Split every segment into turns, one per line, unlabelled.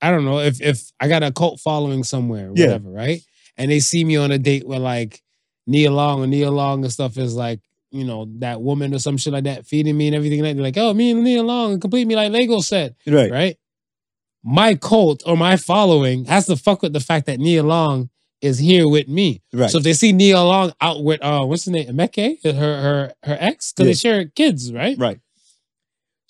I don't know if if I got a cult following somewhere,
Yeah.
whatever, right? And they see me on a date with like Nia Long and Nia Long and stuff is like you know that woman or some shit like that feeding me and everything like that. They're like, oh, me and Nia Long complete me like Lego set,
Right.
right? My cult or my following has to fuck with the fact that Nia Long is here with me.
Right.
So if they see Nia Long out with uh, what's her name, Emeke, her her her ex, because
Yeah.
they share kids, right?
right.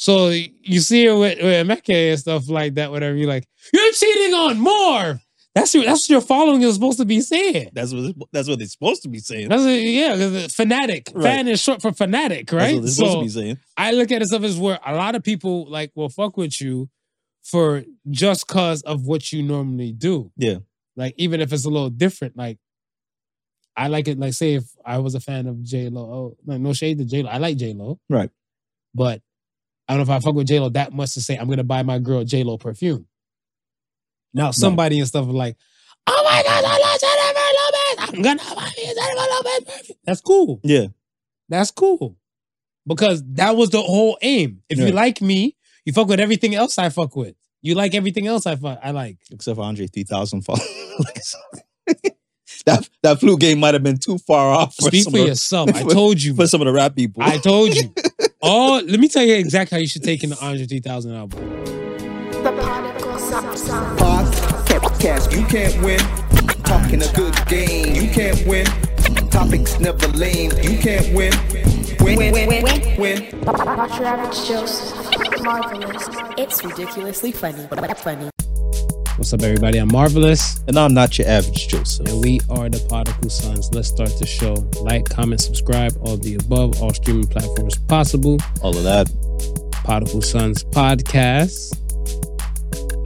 So you see her with, with Emeke and stuff like that, whatever. You're like, you're cheating on more. That's your that's what your following is supposed to be saying.
That's what that's what they're supposed to be saying.
That's a, yeah, 'cause it's fanatic.
Right.
Fan is short for fanatic,
That's
right?
what they're
So
supposed to be saying.
I look at it stuff as where a lot of people like will fuck with you for just cause of what you normally do.
Yeah.
Like even if it's a little different, like I like it. Like say if I was a fan of J Lo, oh like, no shade to J Lo, I like J Lo,
Right.
But I don't know if I fuck with J Lo that much to say I'm gonna buy my girl J Lo perfume. Now somebody and stuff are like, oh my god, I love Jennifer Lopez. I'm gonna buy you Jennifer Lopez perfume. That's cool.
Yeah.
That's cool. Because that was the whole aim. If
Yeah.
you like me, you fuck with everything else I fuck with. You like everything else I fuck I like.
Except for Andre 3000 followers. that that flu game might have been too far off for,
Speak
some
for
of,
yourself. I told you.
for some of the rap people.
I told you. Oh, let me tell you exactly how you should take in the Andre 3000 album.
The particles up sound.
Podcast, you can't win. Talking a good game, you can't win. Topics never lame, you can't win. Win, win, win, win, win.
Dr. Average Joseph. Marvelous.
It's ridiculously funny, but funny.
What's up, everybody? I'm Marvelous,
and I'm not your average Joseph.
and we are the Particle Sons. Let's start the show. Like, comment, subscribe, all the above, all streaming platforms possible.
All of that.
Particle Sons podcast.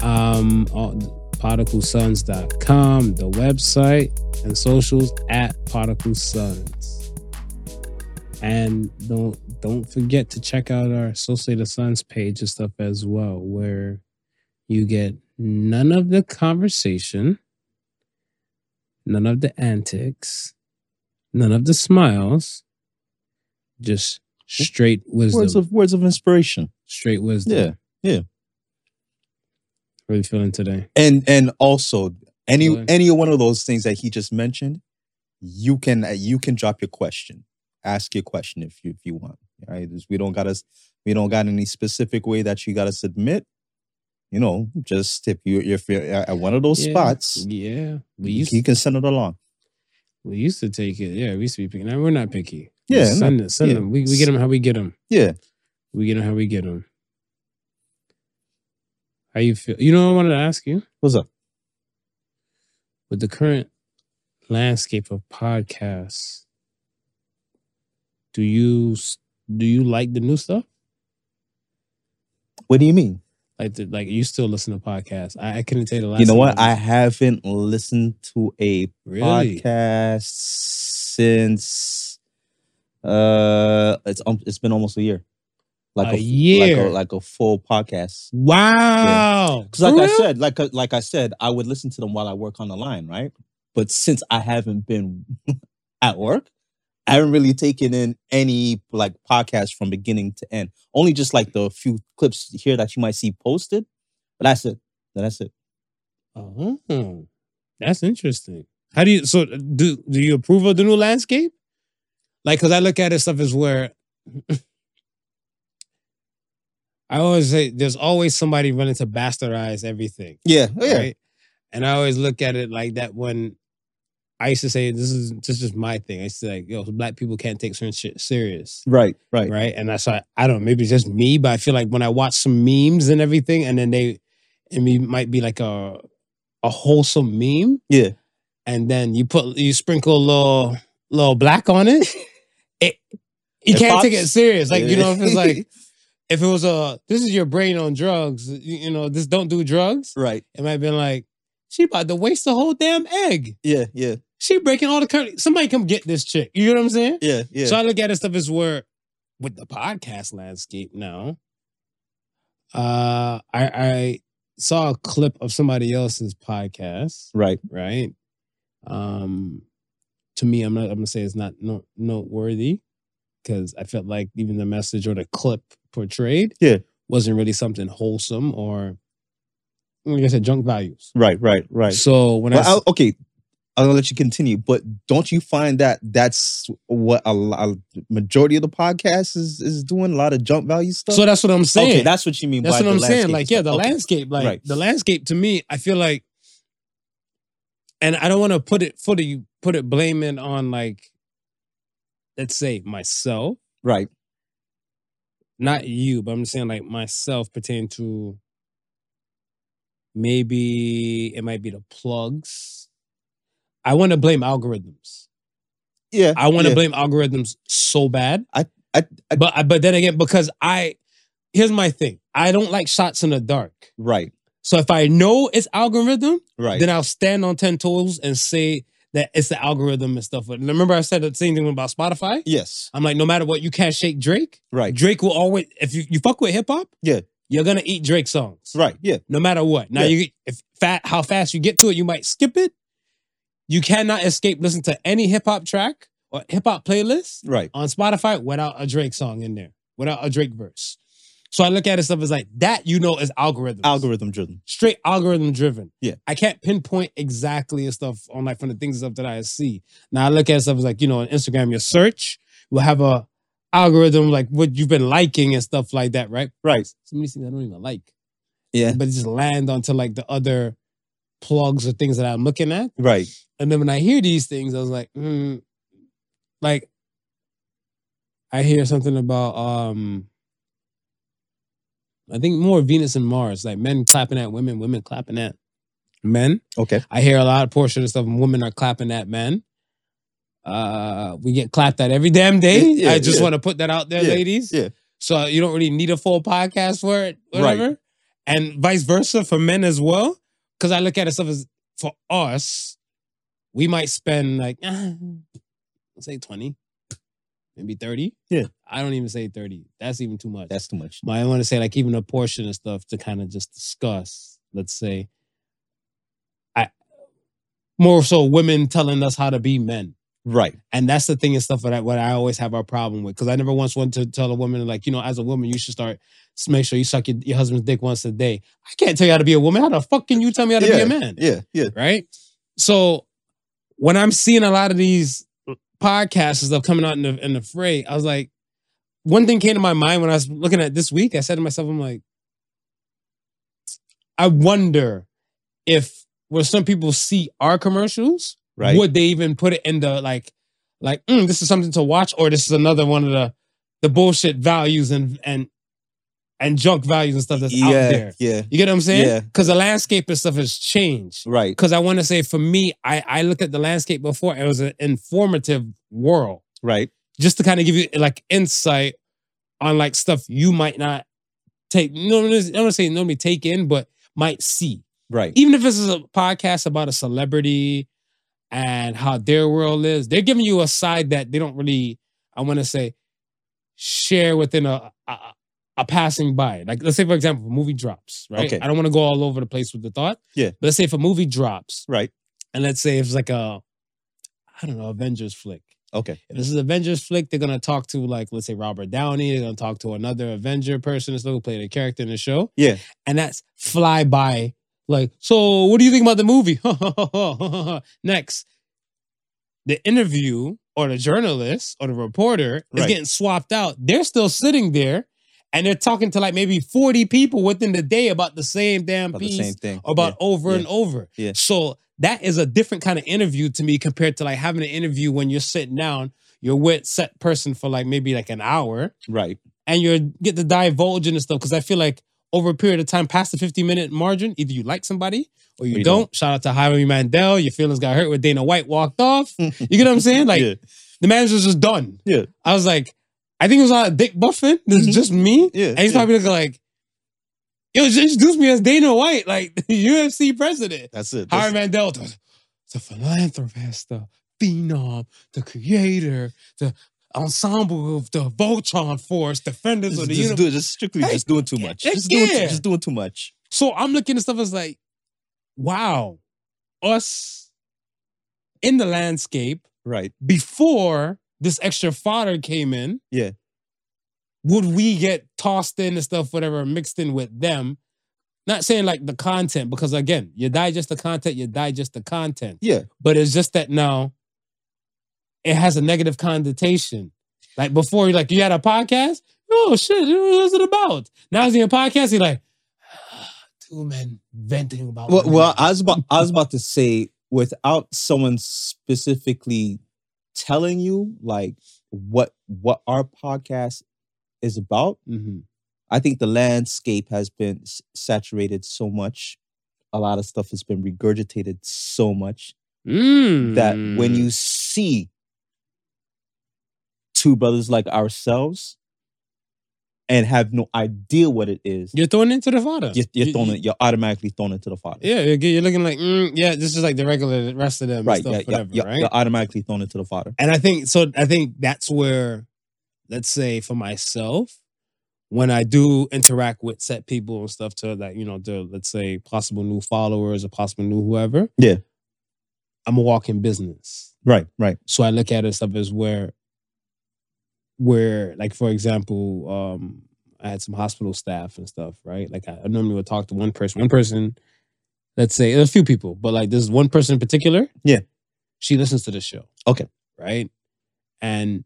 Um, on particlesons.com, the website, and socials at Particle Sons. And don't don't forget to check out our Associated Sons page and stuff as well, where you get none of the conversation, none of the antics, none of the smiles, just straight wisdom
Words of words of inspiration.
straight wisdom.
Yeah.
How you feeling today?
And and also any
Really?
any one of those things that he just mentioned, you can uh, you can drop your question. Ask your question if you if you want. All right. Just- We don't gotta s- we don't got any specific way that you gotta submit. You know, just if you if you're at at one of those
Yeah.
spots,
Yeah. We
you,
used
you can send it along.
we used to take it. Yeah, we used to be picky. Now we're not picky.
Yeah,
Just send it. Send
yeah.
them. We, we get them how we get them.
Yeah.
We get them how we get them. How you feel? You know, what I wanted to ask you
What's up?
with the current landscape of podcasts. Do you s- do you like the new stuff?
What do you mean?
Like the, like you still listen to podcasts? I, I couldn't tell you the last.
you know
time
what? I
listened-
haven't listened to a
really
podcast since uh it's um, it's been almost a year. Like
A
f-
year.
like a, like a full podcast.
wow.
'Cause like
For
I
real?
said, like I- like I said, I would listen to them while I work on the line, right? But since I haven't been at work, I haven't really taken in any like podcast from beginning to end. Only just like the few clips here that you might see posted. But that's it. That's it.
Oh, that's interesting. How do you so do do you approve of the new landscape? Like, cause I look at it stuff as where I always say there's always somebody running to bastardize everything.
Yeah. Oh, Yeah.
Right? And I always look at it like that when I used to say this is this is my thing. I used to like, yo, black people can't take certain shit serious.
Right. Right.
Right. And that's why I don't know, maybe it's just me, but I feel like when I watch some memes and everything, and then they and me might be like a a wholesome meme.
Yeah.
And then you put you sprinkle a little little black on it. It you
It
can't take
pops.
it serious. Like, you know, if it's like
Yeah.
if it was a this is your brain on drugs, you, you know, this don't do drugs,
Right.
it might have been like, she about to waste the whole damn egg.
Yeah. Yeah.
She breaking all the current. Somebody come get this chick. You know what I'm saying?
Yeah. Yeah.
So I look at it stuff as where with the podcast landscape now. Uh I I saw a clip of somebody else's podcast,
right.
right? Um to me, I'm not I'm gonna say it's not no noteworthy because I felt like even the message or the clip portrayed
Yeah.
wasn't really something wholesome or like I said, junk values.
Right, right, right.
So when
Well,
I, s-
I'll- okay, I'm gonna let you continue, but don't you find that that's what a, lo- a majority of the podcast is is doing? A lot of jump value stuff.
so that's what I'm saying.
okay, that's what you mean.
That's
by
what
the
I'm saying.
landscape
Like, yeah, the
stuff. Okay.
landscape, like
Right.
the landscape to me, I feel like, and I don't want to put it for you put it blaming on like, let's say myself,
Right,
not you, but I'm just saying like myself pertaining to maybe it might be the plugs. I want to blame algorithms.
yeah.
I want to
yeah.
blame algorithms so bad.
I, I,
But but then again, because I here's my thing. I don't like shots in the dark.
right,
So if I know it's algorithm,
right.
then I'll stand on ten toes and say that it's the algorithm and stuff. But remember, I said the same thing about Spotify.
yes,
I'm like, no matter what, you can't shake Drake.
right,
Drake will always, if you, you fuck with hip hop,
Yeah.
you're gonna eat Drake songs,
right. Yeah,
no matter what. Now
Yeah.
you, if fat, how fast you get to it, you might skip it. You cannot escape listen to any hip hop track or hip hop playlist
right.
on Spotify without a Drake song in there, without a Drake verse. So I look at it stuff as like that. You know, is algorithms
Algorithm driven.
straight algorithm driven.
Yeah.
I can't pinpoint exactly and stuff on like from the things and stuff that I see. Now I look at stuff as like, you know, on Instagram, your search will have a algorithm like what you've been liking and stuff like that, right?
Right.
Some of these things I don't even like.
Yeah.
But it just land onto like the other plugs or things that I'm looking at.
Right.
And then when I hear these things, I was like, mm, like I hear something about um I think more Venus and Mars, like men clapping at women, women clapping at men.
Okay.
I hear a lot of portion of stuff women are clapping at men. Uh we get clapped at every damn day.
Yeah, yeah,
I just
yeah.
want to put that out there,
Yeah,
ladies.
yeah.
So you don't really need a full podcast for it,
Right.
whatever. And vice versa for men as well. Cause I look at it stuff as for us, we might spend like ah, let's say 20, maybe 30.
Yeah.
I don't even say 30. That's even too much.
That's too much.
But I want to say like even a portion of stuff to kind of just discuss. Let's say, I more so women telling us how to be men,
Right.
and that's the thing and stuff that I, what I always have our problem with because I never once wanted to tell a woman like you know as a woman you should start s- make sure you suck your, your husband's dick once a day. I can't tell you how to be a woman. How the fuck can you tell me how to be a man?
Yeah. Yeah.
right? So when I'm seeing a lot of these podcasts and stuff coming out in the in the fray, I was like, one thing came to my mind when I was looking at this week. I said to myself, I'm like, I wonder if when some people see our commercials,
Right.
would they even put it in the like, like mm, this is something to watch, or this is another one of the the bullshit values and and and junk values and stuff that's
yeah.
out there.
Yeah.
You get what I'm saying?
Yeah.
Because the landscape and stuff has changed
Right.
because I want to say for me, I I looked at the landscape before. It was an informative world,
Right.
just to kind of give you like insight on like stuff you might not take. No, I don't want to say normally take in, but might see.
Right.
Even if this is a podcast about a celebrity and how their world is, they're giving you a side that they don't really. I want to say share within a. a a passing by, like let's say for example, a movie drops, right?
Okay.
I don't want to go all over the place with the thought.
Yeah.
But let's say if a movie drops,
Right.
and let's say it's like a, I don't know, Avengers flick.
Okay.
If this is Avengers flick, they're gonna talk to like, let's say Robert Downey. They're gonna talk to another Avenger person that's gonna play the character in the show.
Yeah.
and that's fly by. Like, so what do you think about the movie? Next, the interview or the journalist or the reporter is
Right.
getting swapped out. They're still sitting there. And they're talking to like maybe 40 people within the day about the same damn
About the
piece
same thing.
about over
yeah,
and over.
yeah.
So that is a different kind of interview to me compared to like having an interview when you're sitting down, you're with set person for like maybe like an hour,
Yeah. Right.
and you're get to divulge into stuff. Because I feel like over a period of time, past the 50 minute margin, either you like somebody or you,
Or you
don't.
don't.
Shout out to Jaime Mandel. Your feelings got hurt when Dana White walked off. You get what I'm saying? Like
yeah.
the manager's just done.
Yeah.
I was like, I think it was a lot of dick buffing. This is
Mhm.
just me.
Yeah,
And he's
yeah.
probably looking like, yo, just introduce me as Dana White, like the UFC president.
That's it.
Harry
That's,
Mandel, the, the philanthropist, the phenom, the creator, the ensemble of the Voltron force, defenders
just,
of the
just,
universe.
do, just strictly
Hey,
just doing too much.
yeah,
Just doing,
yeah.
just doing too much.
So I'm looking at stuff as like, wow, us in the landscape
Right.
before this extra fodder came in,
Yeah.
would we get tossed in and stuff, whatever, mixed in with them Not saying like the content, because again, you digest the content, you digest the content.
Yeah.
But it's just that now it has a negative connotation. Like before, you're like, you had a podcast? Oh shit, what was it about? Now it's in your podcast, you're like, "Ah, two men venting about
Well,
women."
well I, was about, I was about to say, without someone specifically telling you, like, what what our podcast is about,
Mhm.
I think the landscape has been s- saturated so much. A lot of stuff has been regurgitated so much
Mm.
that when
Hmm.
you see two brothers like ourselves and have no idea what it is,
you're thrown into the fodder.
you're, you're
You-
thrown,
you-
in- you're automatically thrown into the fire.
Yeah, you're, g- you're looking like, mm, yeah, this is like the regular rest of them, and
right,
Stuff,
yeah, yeah,
whatever,
yeah,
right?
You're automatically thrown into the fodder.
And I think so. I think that's where, let's say for myself, when I do interact with set people and stuff to like you know to let's say possible new followers or possible new whoever.
Yeah.
I'm a walking business,
Right, right.
so I look at it stuff as where, where like for example, um, I had some hospital staff and stuff, right? Like I, I normally would talk to one person, one person, let's say a few people, but like this one person in particular,
Yeah.
she listens to the show right? And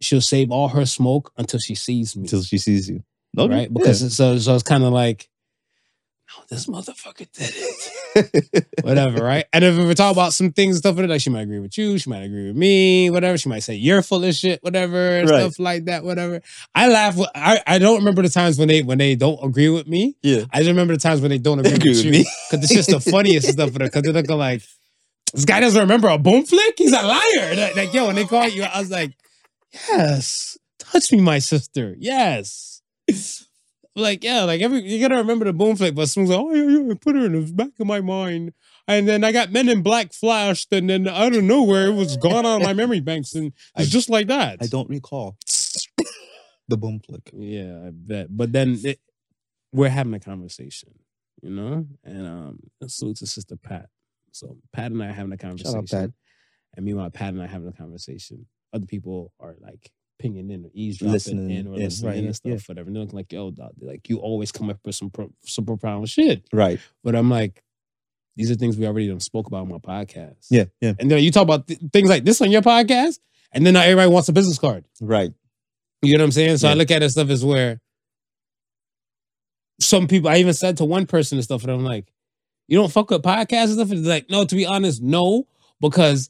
she'll save all her smoke until she sees me,
Until she sees you. No,
Mm. right? Because it's- so, so it's kind of like, no, this motherfucker did it, whatever, right? And if we were talking about some things and stuff like that, she might agree with you, she might agree with me, whatever. She might say you're full of shit, whatever, and
Right.
stuff like that, whatever. I laugh. With, I I don't remember the times when they when they don't agree with me.
yeah.
I just remember the times when they don't agree,
Agree
with,
with
you.
me.
Cause it's just the funniest stuff for them. Cause they're looking like, this guy doesn't remember a boom flick? He's a liar. Like, like, yo, when they call you, I was like, yes, touch me, my sister. Yes. Like, yeah, like every you gotta remember the boom flick, but someone's like, oh yeah, yeah, I put her in the back of my mind. And then I got men in black flashed, and then I don't know where it was gone out of my memory banks, and it's
I-
just like that.
I don't recall the boom flick.
Yeah, I bet. But then it, we're having a conversation, you know? And um and salute to Sister Pat. So Pat and I are having a
Shout
conversation.
out, Pat.
And meanwhile, Pat and I are having a conversation. Other people are like pinging in or eavesdropping
Listening
in or
in,
listening
right,
in
yeah,
and stuff,
yeah.
whatever. And they're looking like, yo, dog, they're like you always come up with some pro- some profound shit.
Right.
But I'm like, these are things we already done spoke about on my podcast.
Yeah, yeah.
And then you talk about th- things like this on your podcast, and then now everybody wants a business card.
Right.
You know what I'm saying? So I
Yeah.
look at it stuff as where some people I even said to one person and stuff, and I'm like, you don't fuck with podcasts and stuff? And they're like, no, to be honest, no, because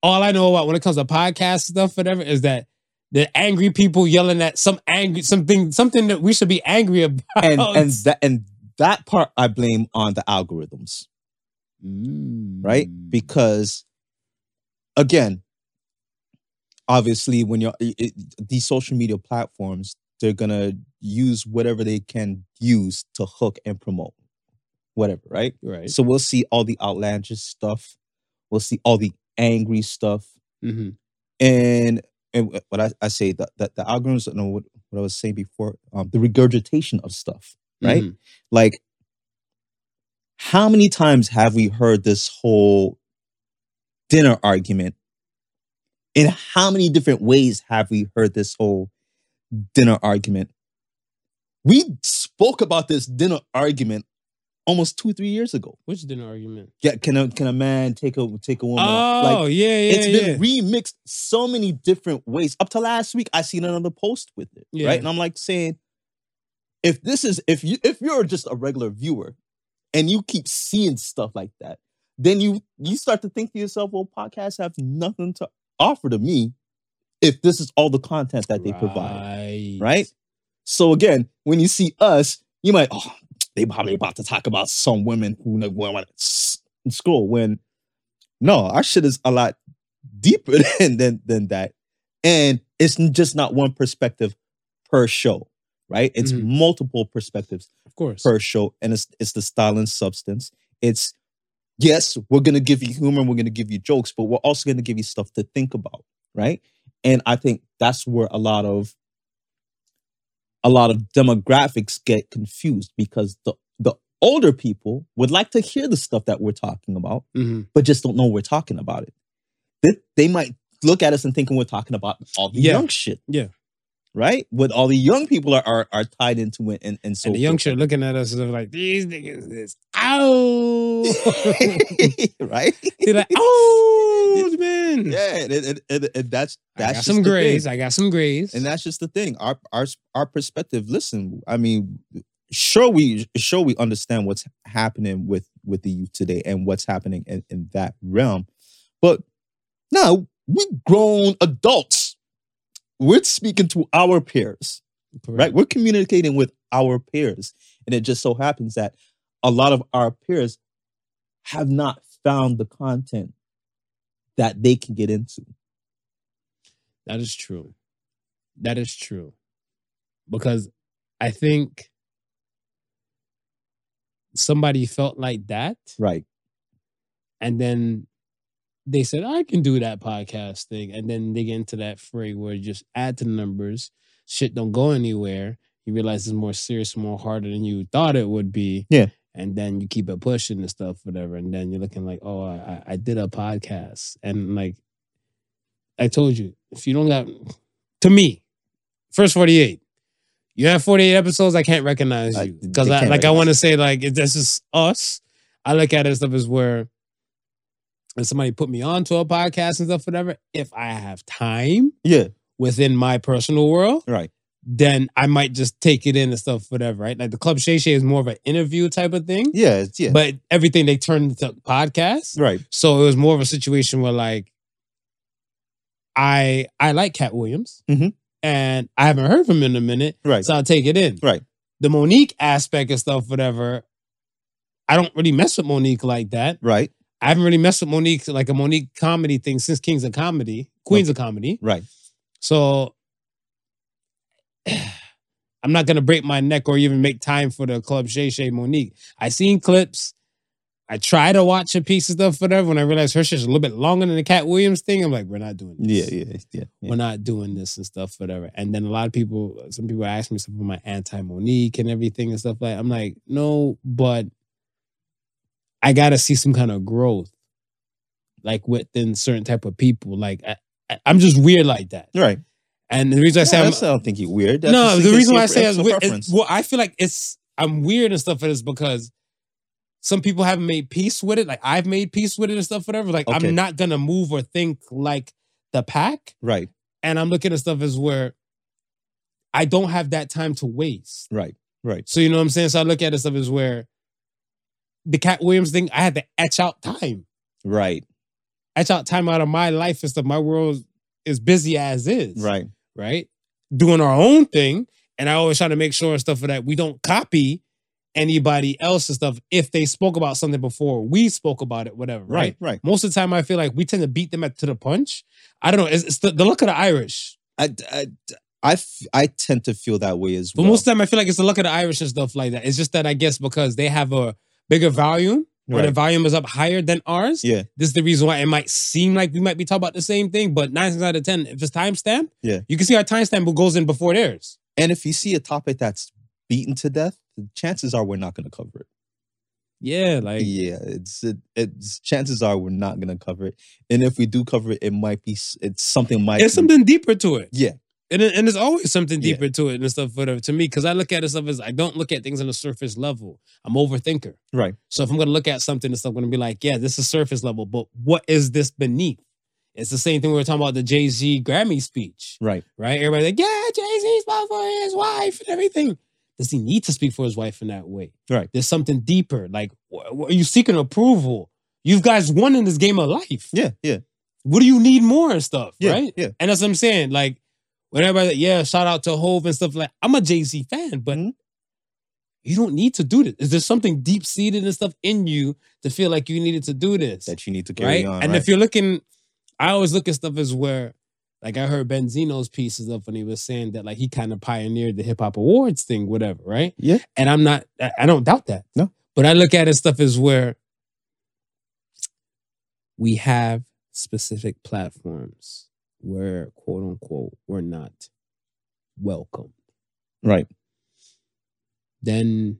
all I know about when it comes to podcast stuff, whatever, is that the angry people yelling at some angry something something that we should be angry about.
And and that and that part I blame on the algorithms. right?
Mm.
Because again, obviously, when you're i- i- these social media platforms, they're gonna use whatever they can use to hook and promote, whatever, right?
right.
So we'll see all the outlandish stuff, we'll see all the angry stuff,
hmm
and and wh- what I, I say that the, the algorithms, no, what, what I was saying before, um, the regurgitation of stuff, right?
Mm-hmm.
like how many times have we heard this whole dinner argument in how many different ways have we heard this whole dinner argument we spoke about this dinner argument almost two three years ago
Which dinner argument?
yeah can a can a man take a take a woman out?
Oh, yeah, yeah,
it's
yeah.
been remixed so many different ways. Up to last week, I seen another post with it,
Yeah.
right? And I'm like saying, if this is if you if you're just a regular viewer, and you keep seeing stuff like that, then you you start to think to yourself, well, podcasts have nothing to offer to me if this is all the content that they provide, right? So again, when you see us, you might oh they probably about to talk about some women who know want to school when no our shit is a lot deeper than than than that and it's n- just not one perspective per show right it's
Mhm.
multiple perspectives
Of course.
per show and it's it's the style and substance it's yes we're gonna give you humor we're gonna give you jokes but we're also gonna give you stuff to think about right and i think that's where a lot of a lot of demographics get confused because the the older people would like to hear the stuff that we're talking about
hmm
but just don't know we're talking about it. They, they might look at us and thinking we're talking about all the
Yeah.
young shit.
Yeah.
right? What all the young people are are, are tied into it, and and so
and the young shit looking at us is like, these niggas is ow.
right?
They're like, old man.
Yeah, and, and, and, and that's
I got
that's just
some
the thing.
grays. I got some grays.
and that's just the thing. Our our our perspective. Listen, I mean, sure we sure we understand what's happening with with the youth today and what's happening in, in that realm, but now we grown adults. We're speaking to our peers, right? We're communicating with our peers, and it just so happens that a lot of our peers have not found the content that they can get into.
That is true. That is true. Because I think somebody felt like that.
Right.
And then they said, I can do that podcast thing. And then they get into that fray where you just add to the numbers, shit don't go anywhere. You realize it's more serious, more harder than you thought it would be.
Yeah.
And then you keep it pushing and stuff, whatever. And then you're looking like, oh, I, I- I did a podcast. And like, I told you, if you don't got, to me, first 48, you have 48 episodes, I can't recognize
I-
you.
they
Because I,
can't
like, I
recognize
want to say, like, if this is us, I look at it as stuff as where if somebody put me on to a podcast and stuff, whatever, if I have time
Yeah.
within my personal world,
Right.
then I might just take it in and stuff, whatever, right? Like the Club Shay Shay is more of an interview type of thing,
Yeah. it's- Yeah.
but everything they turned into podcasts.
right.
So it was more of a situation where like I I like Cat Williams
Mhm.
and I haven't heard from him in a minute,
Right.
so I'll take it in.
Right.
The Monique aspect and stuff, whatever. I don't really mess with Monique like that.
Right.
I haven't really messed with Monique like a Monique comedy thing since Kings of Comedy, Queens of Comedy.
Right.
So I'm not gonna break my neck or even make time for the Club Shay Shay Monique. I seen clips. I try to watch a piece of stuff, whatever. When I realized her shit's a little bit longer than the Cat Williams thing, I'm like, we're not doing this.
Yeah. Yeah. Yeah. yeah.
We're not doing this and stuff, whatever. And then a lot of people, some people ask me something about anti Monique and everything and stuff like. I'm like, no, but I gotta see some kind of growth, like within certain type of people. Like I, I, I'm just weird like that.
Right.
And the reason I
I,
say I'm,
I don't think you're weird. That's
no,
just
the
your
reason why I
personal
say it's weird,
preference.
it's, well, I feel like it's I'm weird and stuff is because some people haven't made peace with it. Like I've made peace with it and stuff, whatever. Like
Okay.
I'm not gonna move or think like the pack.
right.
And I'm looking at stuff as where I don't have that time to waste.
Right. Right.
So you know what I'm saying? So I look at it stuff as where the Cat Williams thing, I had to etch out time.
Right.
Etch out time out of my life and stuff. My world is busy as is
Right.
right? Doing our own thing. And I always try to make sure and stuff for that we don't copy anybody else and stuff if they spoke about something before we spoke about it, whatever, right?
Right. Right.
Most of the time, I feel like we tend to beat them at, to the punch. I don't know. It's, it's the, the luck of the Irish.
I, I, I, f- I tend to feel that way as
But
well.
most of the time, I feel like it's the luck of the Irish and stuff like that. It's just that I guess because they have a bigger volume. Where the
Right.
volume is up higher than ours,
Yeah.
This is the reason why it might seem like we might be talking about the same thing, but nine times out of ten, if it's timestamp,
Yeah.
you can see our timestamp goes in before theirs.
And if you see a topic that's beaten to death, the chances are we're not going to cover it.
Yeah, like
yeah, it's it, it's chances are we're not going to cover it. And if we do cover it, it might be s- it's something might
There's
be-
something deeper to it.
Yeah.
And, it- and there's always something
Yeah.
deeper to it and stuff, whatever. To me, because I look at it stuff as I don't look at things on the surface level. I'm overthinker.
Right.
So if I'm gonna look at something and stuff, I'm gonna be like, yeah, this is surface level, but what is this beneath? It's the same thing we were talking about the Jay Z Grammy speech,
Right.
right? Everybody like, yeah, Jay Z spoke for his wife and everything. Does he need to speak for his wife in that way?
Right.
There's something deeper. Like, wh- wh- are you seeking approval? You guys won in this game of life.
Yeah. Yeah.
What do you need more and stuff,
Yeah.
right?
Yeah.
And that's what I'm saying. Like, when everybody, like, yeah, shout out to Hove and stuff like I'm a Jay Z fan, but
Mhm.
you don't need to do this. Is there something deep seated and stuff in you to feel like you needed to do this?
That you need to carry
Right?
on.
and
right?
if you're looking, I always look at stuff as where, like, I heard Benzino's pieces up when he was saying that, like, he kind of pioneered the hip hop awards thing, whatever, right?
Yeah.
And I'm not, I I don't doubt that.
No.
But I look at it stuff as where we have specific platforms where, quote unquote, we're not welcome.
right.
Then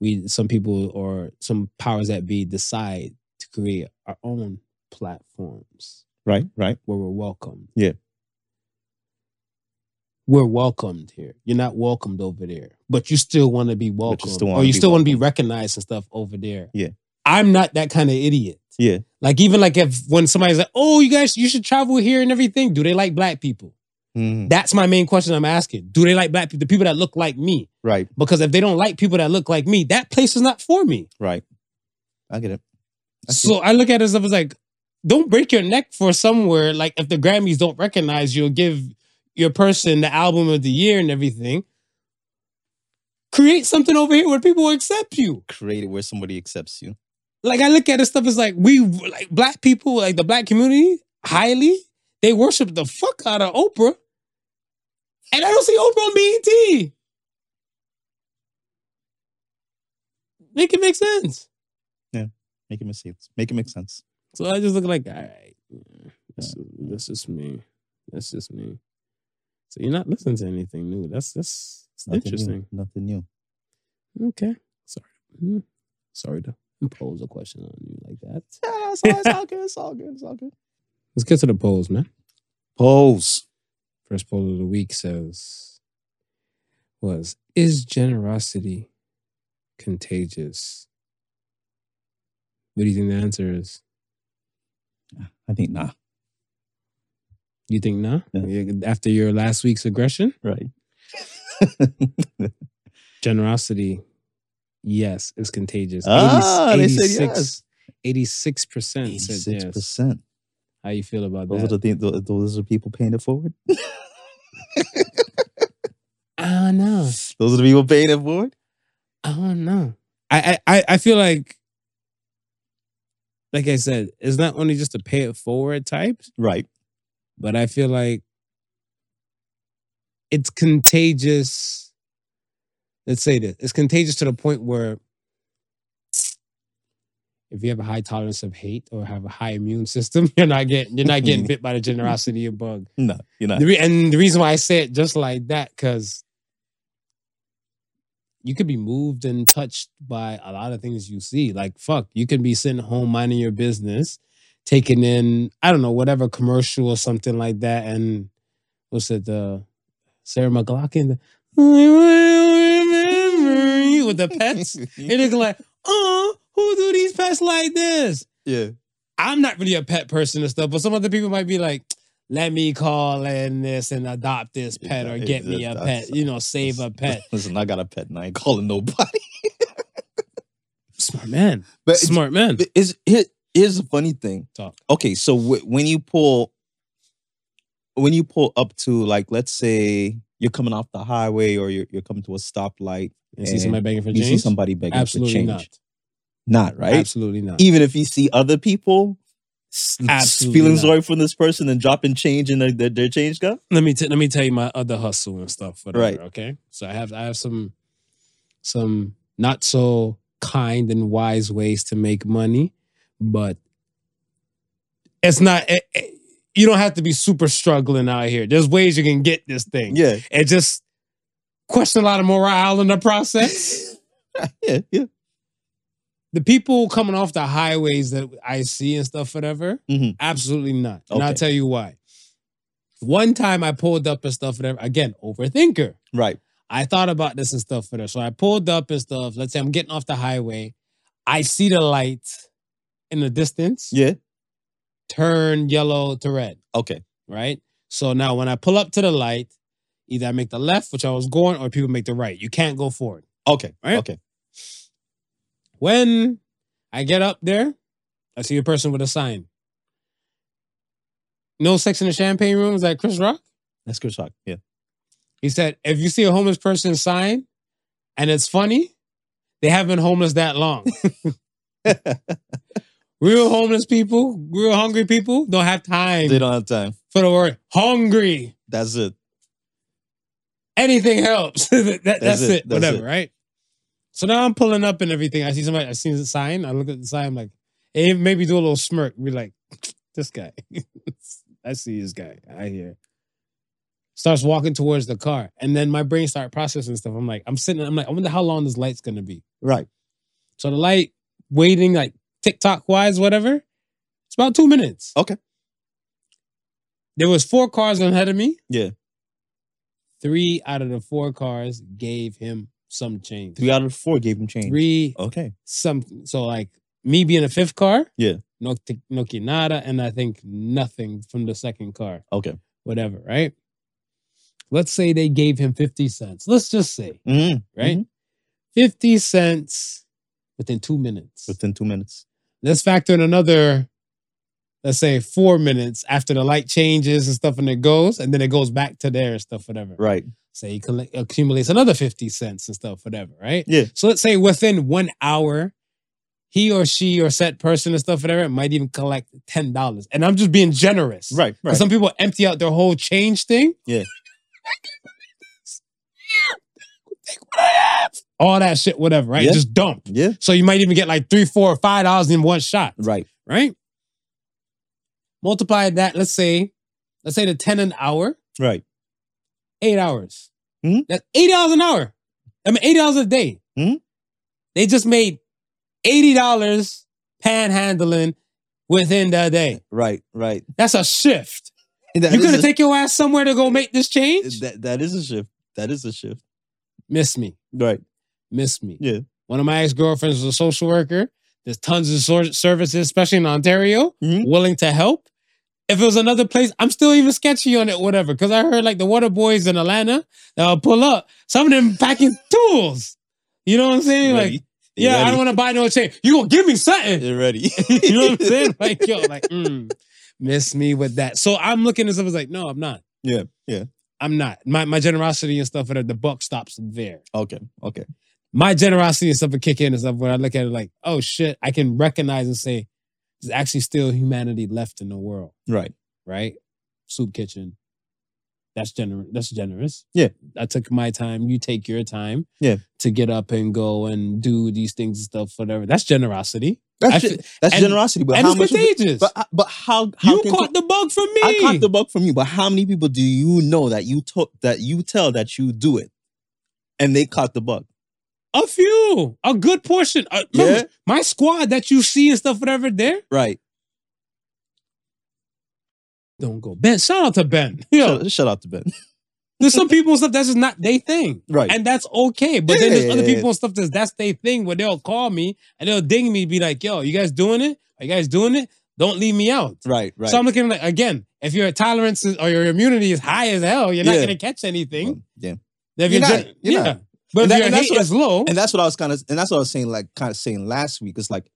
we, some people or some powers that be decide to create our own platforms
Right. Right.
where we're welcome.
Yeah.
we're welcomed here. You're not welcomed over there, but you still want to be
But you
welcomed,
still wanna
or you
be
still want to be recognized and stuff over there.
Yeah.
I'm not that kind of idiot.
Yeah.
Like even like if when somebody's like, "Oh, you guys, you should travel here and everything." Do they like black people?
Mhm.
That's my main question I'm asking. Do they like black people? The people that look like me?
Right,
Because if they don't like people that look like me, that place is not for me.
right. I get it. I see.
So I look at it as if it's like, don't break your neck for somewhere. Like if the Grammys don't recognize you, or give your person the album of the year and everything. Create something over here where people will accept you.
create it where somebody accepts you.
Like I look at this stuff as like we like black people, like the black community, highly they worship the fuck out of Oprah, and I don't see Oprah on E BET. Make it make sense.
Make it make sense. Make it make sense.
So I just look like, all right, this, is, this is me. That's just me. So you're not listening to anything new. That's that's, that's
Nothing
interesting.
New, nothing new.
Okay, sorry, Mhm. sorry to impose a question on you like that.
Yeah, it's all, it's all good. It's all good. It's all good.
Let's get to the polls, man.
Pose.
First poll of the week says, "Was is generosity contagious?" What do you think the answer is?
I think nah.
You think nah?
Yeah.
You- After your last week's aggression.
Right.
generosity yes is contagious
ah, they said
86
yes.
86% said
Eighty-six
yes
percent.
how you feel about
Those are
that
the things. Those, those are people paying it forward.
i don't know
Those are the people paying it forward.
i don't know I, I I- i feel like like i said it's not only just a pay it forward type
Right.
but i feel like it's contagious let's say this it's contagious to the point where if you have a high tolerance of hate or have a high immune system, you're not getting you're not getting bit by the generosity of bug.
No, you're not.
The re- and the reason why I say it just like that, because you could be moved and touched by a lot of things you see. Like fuck, you could be sitting home minding your business, taking in I don't know whatever commercial or something like that, and what's it the Sarah McLaughlin. I will remember you with the pets. And it's like, oh, who do these pets like this?
yeah.
I'm not really a pet person and stuff, but some other people might be like, let me call in this and adopt this pet or
Yeah,
get me a
that's-
pet, you know, save a pet.
Listen, I got a pet and I ain't calling nobody.
Smart man.
But it's-
Smart man.
But is here, here's the funny thing.
Talk.
Okay, so w- when you pull, when you pull up to like, let's say you're coming off the highway or you're, you're coming to a stoplight,
You see somebody begging for
you see
change?
somebody begging for
Absolutely
change.
not.
Not right.
Absolutely not.
Even if you see other people. s- s-
Absolutely
Feeling
not.
sorry for this person and dropping change in their, their, their change gun?
let me t- let me tell you my other hustle and stuff. Whatever,
Right.
Okay. So I have I have some some not so kind and wise ways to make money, but it's not. It, it- you don't have to be super struggling out here. There's ways you can get this thing.
Yeah.
And just question a lot of morale in the process.
yeah, yeah.
the people coming off the highways that I see and stuff, whatever,
Mhm.
absolutely not. And I'll
Okay.
tell you why. One time I pulled up and stuff, whatever. Again, overthinker.
Right.
I thought about this and stuff for this. So I pulled up and stuff. Let's say I'm getting off the highway. I see the light in the distance
Yeah.
turn yellow to red,
Okay.
right? So now when I pull up to the light, either I make the left, which I was going, or people make the right. You can't go forward.
Okay.
Right?
Okay.
When I get up there, I see a person with a sign. No sex in the champagne room. Is that Chris Rock?
That's good talk. Yeah.
He said, if you see a homeless person sign and it's funny, they haven't been homeless that long. real homeless people, real hungry people don't have time
they don't have time.
for the word hungry.
That's it.
Anything helps. That- that's,
That's
it.
it. That's
Whatever,
it.
right? So now I'm pulling up and everything. I see somebody, I see the sign. I look at the sign, I'm like, and maybe do a little smirk, be like, this guy. I see this guy. I hear. Starts walking towards the car. And then my brain start processing stuff. I'm like, I'm sitting, I'm like, I wonder how long this light's gonna be.
Right.
So the light waiting, like TikTok wise, whatever, it's about two minutes.
Okay.
There was four cars ahead of me.
Yeah.
Three out of the four cars gave him some change.
Three out of four gave him change.
Three
Okay.
some so like me being a fifth car,
Yeah.
no t- no que nada, and I think nothing from the second car,
Okay.
whatever, right? Let's say they gave him fifty cents. Let's just say,
Mhm.
right,
Mm-hmm.
fifty cents within two minutes.
Within two minutes.
Let's factor in another, let's say four minutes after the light changes and stuff, and it goes, and then it goes back to their stuff, whatever.
Right.
Say he colle- accumulates another 50 cents and stuff, whatever, right?
Yeah.
So let's say within one hour, he or she or said person and stuff, whatever, might even collect $10. And I'm just being generous.
Right.
'Cause
Right.
Some people empty out their whole change thing.
Yeah.
Take what I have. All that shit, whatever, right?
Yeah.
Just dump.
yeah.
So you might even get like three, four, or five dollars in one shot
Right.
right? Multiply that, let's say, let's say the 10 an hour,
Right.
eight hours.
Mhm.
That's eight dollars an hour. I mean, eight dollars a day.
Mhm.
They just made eighty dollars panhandling within the day.
Right. Right.
That's a shift.
That
you
is
could
a-
have take your ass somewhere to go make this change.
that, that is a shift. That is a shift.
miss me,
Right.
miss me.
Yeah.
One of my ex girlfriends was a social worker. There's tons of sor- services, especially in Ontario,
Mhm.
willing to help. If it was another place, I'm still even sketchy on it, whatever. Because I heard like the water boys in Atlanta that'll pull up. Some of them packing tools. You know what I'm saying?
Ready.
Like,
They
yeah, I
ready.
don't want to buy no change. You gonna give me something?
They're ready.
you know what I'm saying? Like, yo, like, mm, miss me with that. So I'm looking at something like, no, I'm not.
Yeah, yeah.
I'm not. My my generosity and stuff, the buck stops there
Okay. Okay.
my generosity and stuff would kick in and stuff when I look at it like, oh shit, I can recognize and say, there's actually still humanity left in the world,
Right.
right? Soup kitchen. That's generous. That's generous.
Yeah.
I took my time. You take your time.
Yeah.
To get up and go and do these things and stuff, whatever. That's generosity.
That's
I
ge-
feel-
that's
and-
generosity. But
and
how
it's
much?
contagious.
But h- but how? how
you
can-
caught the bug from me.
I caught the bug from you. But how many people do you know that you took that you tell that you do it, and they caught the bug?
a few, a good portion. Uh,
Yeah.
My squad that you see and stuff, whatever, there.
Right.
Don't go. Ben, shout out to Ben. Yo,
Shut, shut out to Ben.
There's some people and stuff that's just not their thing.
Right.
And that's okay. But then
Yeah,
there's
yeah,
other
yeah.
people and stuff that's that's their thing where they'll call me and they'll ding me, be like, yo, you guys doing it? Are you guys doing it? Don't leave me out.
right. Right.
So I'm looking like again, if your tolerance is, or your immunity is high as hell, you're not
Yeah.
gonna catch anything.
Well, yeah.
If
You're
you're
not.
gen-
You're
yeah.
not.
But
And
if
that-
your
and that's
hate
what-
is low,
And that's what I was kind of, and that's what I was saying, like kind of saying last week. It's like,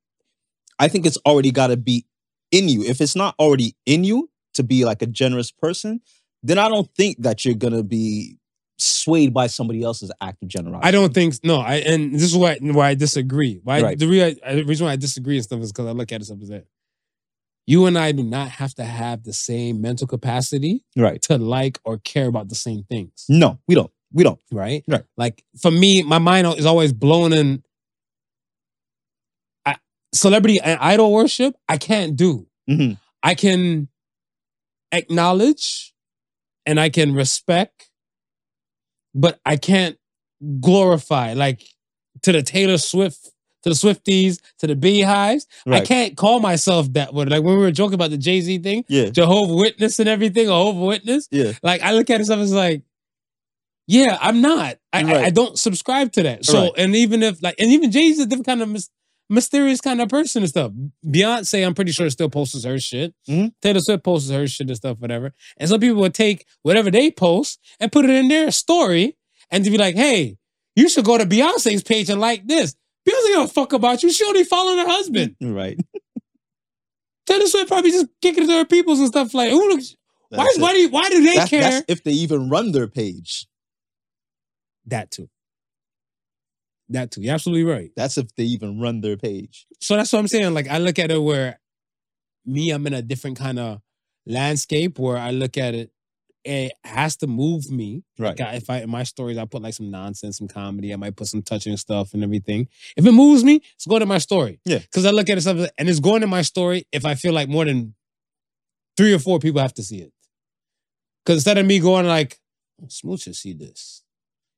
I think it's already got to be in you. If it's not already in you to be like a generous person, then I don't think that you're gonna be swayed by somebody else's act of generosity.
I don't think no. I and this is why why I disagree. Why
Right.
the, real, the reason why I disagree and stuff is because I look at it stuff as that you and I do not have to have the same mental capacity
Right?
to like or care about the same things,
No, we don't. We don't.
right?
Right.
Like for me, my mind is always blown in. I, celebrity and idol worship, I can't do.
Mhm.
I can acknowledge and I can respect, but I can't glorify like to the Taylor Swift, to the Swifties, to the Beehives. I
Right.
can't call myself that word. Like when we were joking about the Jay Z thing,
Yeah.
Jehovah Witness and everything, Jehovah Witness.
Yeah.
Like I look at it stuff as like, yeah, I'm not. I, I-
Right.
I don't subscribe to that. So
Right.
and even if like and even Jay's a different kind of mys- mysterious kind of person and stuff. Beyonce, I'm pretty sure still posts her shit.
Mhm.
Taylor Swift posts her shit and stuff, whatever. And some people would take whatever they post and put it in their story and to be like, hey, you should go to Beyonce's page and like this. Beyonce don't fuck about you. She only following her husband.
Right. Mm-hmm.
Taylor Swift probably just kicking it to her peoples and stuff like, who looks, why,
That's it.
why, do you, why do they
That's-
care?
that's if they even run their page.
that too. That too. You're absolutely right.
That's if they even run their page.
So that's what I'm saying. Like I look at it where me, I'm in a different kind of landscape where I look at it. It has to move me.
Right.
Like, I- if I in my stories, I put like some nonsense, some comedy. I might put some touching stuff and everything. If it moves me, it's going to my story.
Yeah.
Because I look at it something and it's going to my story if I feel like more than three or four people have to see it. Because instead of me going like, oh, Smooch should see this.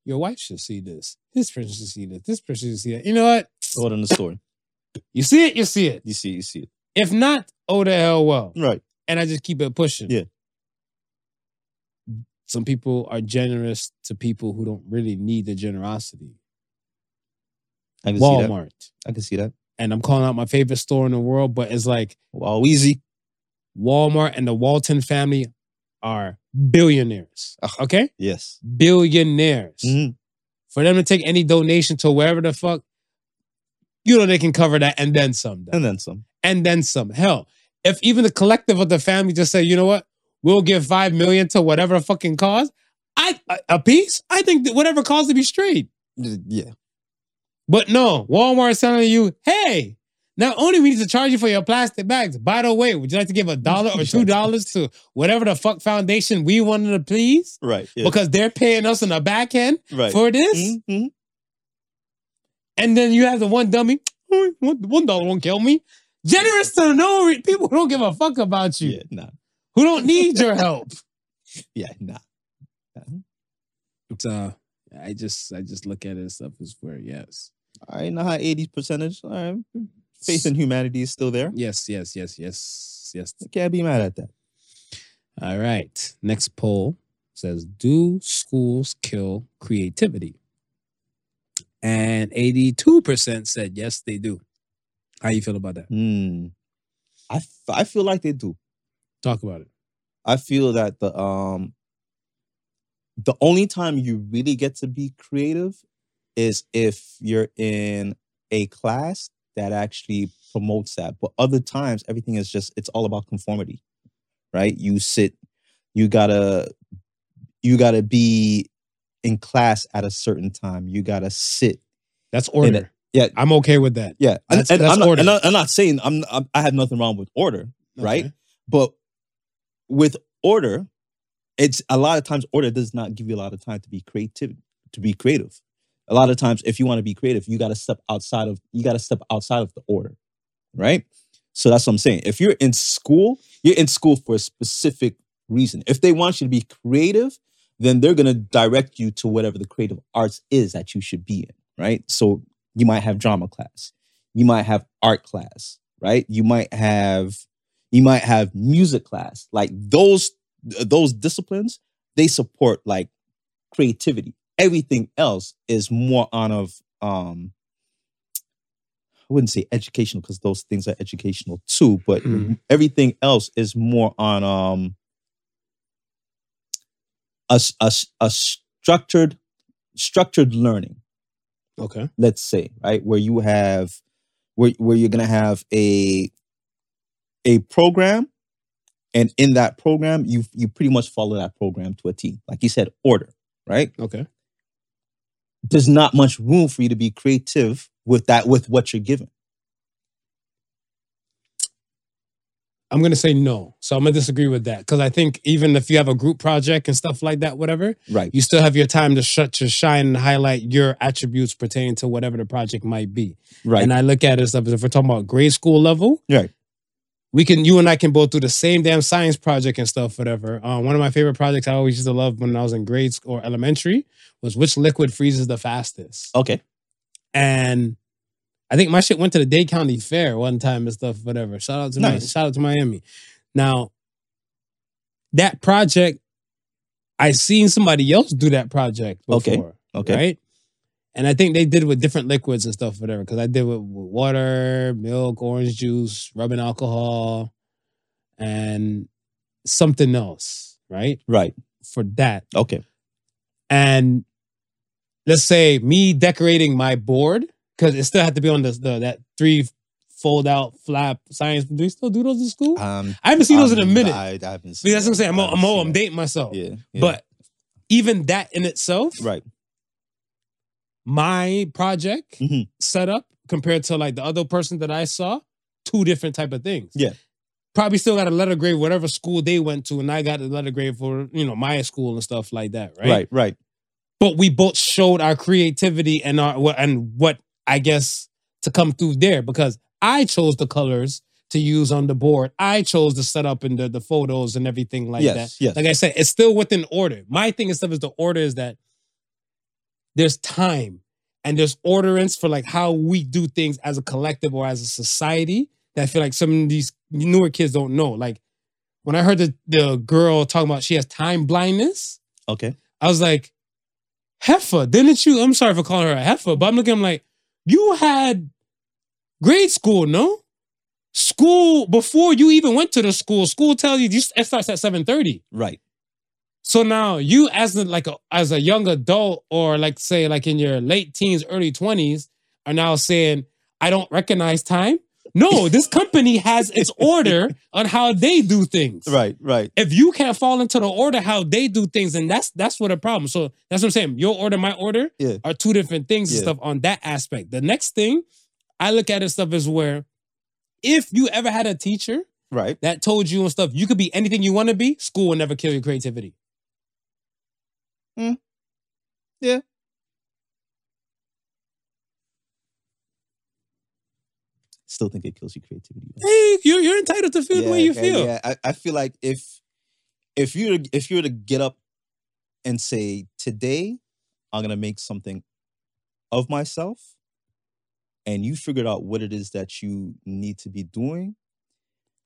Your wife should see this. This person should see this. This person should see that. You know what?
Hold on the story.
You see it, you see it.
You see, you see it.
If not, oh the hell well.
Right.
And I just keep it pushing.
Yeah.
some people are generous to people who don't really need the generosity.
I can see that.
Walmart.
I can see that.
And I'm calling out my favorite store in the world, but it's like
Wow, easy.
Walmart and the Walton family are billionaires.
Ugh.
Okay?
Yes.
Billionaires.
Mhm.
For them to take any donation to wherever the fuck, you know they can cover that and then some. though.
And then some.
and then some. Hell, if even the collective of the family just say, you know what, we'll give five million to whatever fucking cause, I a, a piece. I think that whatever cause to be straight.
Yeah.
But no, Walmart's telling you, hey, not only we need to charge you for your plastic bags. By the way, would you like to give a dollar or two dollars to whatever the fuck foundation we wanted to please?
Right. Yeah.
Because they're paying us on the back end
right.
for this,
Mhm.
and then you have the one dummy. "Oh, One one dollar won't kill me. Generous to no re- people who don't give a fuck about you.
Yeah. Nah.
who don't need your help.
Yeah. Nah.
But uh, I just I just look at it and stuff as where yes,
All right. Now, high 80s percentage. All right. Faith in humanity is still there.
yes, yes, yes, yes, yes.
I can't be mad at that.
All right. Next poll says, do schools kill creativity? And eighty-two percent said yes, they do. How you feel about that?
Hmm. I, f- I feel like they do.
Talk about it.
I feel that the um the only time you really get to be creative is if you're in a class that actually promotes that. But other times everything is just it's all about conformity. Right? You sit you got to you got to be in class at a certain time. You got to sit.
That's order.
yeah.
I'm okay with that.
Yeah. And,
That's-
and
that's
I'm, not,
order.
and I- I'm not saying I'm, I'm I have nothing wrong with order, right?
Okay.
But with order, it's a lot of times order does not give you a lot of time to be creative. To be creative, a lot of times if you want to be creative, you got to step outside of you got to step outside of the order, right? So that's what I'm saying. If you're in school, you're in school for a specific reason. If they want you to be creative, then they're gonna direct you to whatever the creative arts is that you should be in, right? So you might have drama class, you might have art class, right? You might have you might have music class like those those disciplines they support like creativity everything else is more on of um i wouldn't say educational because those things are educational too but
Mhm.
everything else is more on um a, s- a s- a structured structured learning
Okay.
let's say right where you have where, where you're gonna have a a program and in that program you you pretty much follow that program to a t like you said order right
Okay.
there's not much room for you to be creative with that with what you're given
I'm gonna say no. So I'm gonna disagree with that. Cause I think even if you have a group project and stuff like that, whatever,
right
you still have your time to shut to shine and highlight your attributes pertaining to whatever the project might be.
right
And I look at it as if we're talking about grade school level,
Right.
We can you and I can both do the same damn science project and stuff, whatever. Um, one of my favorite projects I always used to love when I was in grade school or elementary was which liquid freezes the fastest.
okay
And I think my shit went to the Dade County Fair one time and stuff, whatever. Shout out to Mi-
Nice.
shout out to Miami. Now, that project, I seen somebody else do that project
Okay.
before.
okay
Right? And I think they did with different liquids and stuff, whatever. Because I did with, with water, milk, orange juice, rubbing alcohol, and something else, right?
right
For that.
okay
And let's say me decorating my board, because it still had to be on this, the that three fold out flap science. Do we still do those in school?
um
I haven't seen those in a
um,
minute.
I, I haven't
See,
seen
that's what I'm
that.
saying. I'm,
I
I'm,
haven't seen
I'm
that.
dating myself.
yeah, yeah.
But even that in itself,
right
my project
Mhm.
set up compared to like the other person that I saw, two different type of things.
Yeah.
Probably still got a letter grade whatever school they went to, and I got a letter grade for you know my school and stuff like that, right?
right right right
But we both showed our creativity and our wha- and what I guess to come through there because I chose the colors to use on the board. I chose the setup and the, the photos and everything like
yes
that
yes
like I said, it's still within order. My thing and stuff is the order is that there's time and there's orderance for like how we do things as a collective or as a society that I feel like some of these newer kids don't know. Like when I heard the, the girl talking about she has time blindness,
Okay.
I was like, Heffa, didn't you? I'm sorry for calling her a Heffa, but I'm looking, I'm like, you had grade school, no? School before you even went to the school. School tells you, you it starts at 7:30.
Right.
So now you as the, like a, as a young adult or like say like in your late teens, early 20s are now saying, I don't recognize time. No, this company has its order on how they do things.
Right. Right.
If you can't fall into the order how they do things, then that's that's what a problem. So that's what I'm saying. Your order, my order
Yeah.
are two different things and
Yeah.
stuff on that aspect. The next thing I look at and stuff is where if you ever had a teacher
Right.
that told you and stuff, you could be anything you want to be, school will never kill your creativity.
Mm. Yeah. Still think it kills your creativity. though.
Hey, you're, you're entitled to feel the way you
okay,
feel.
Yeah, I, I feel like if if you were- if you were to get up and say today I'm gonna make something of myself, and you figured out what it is that you need to be doing.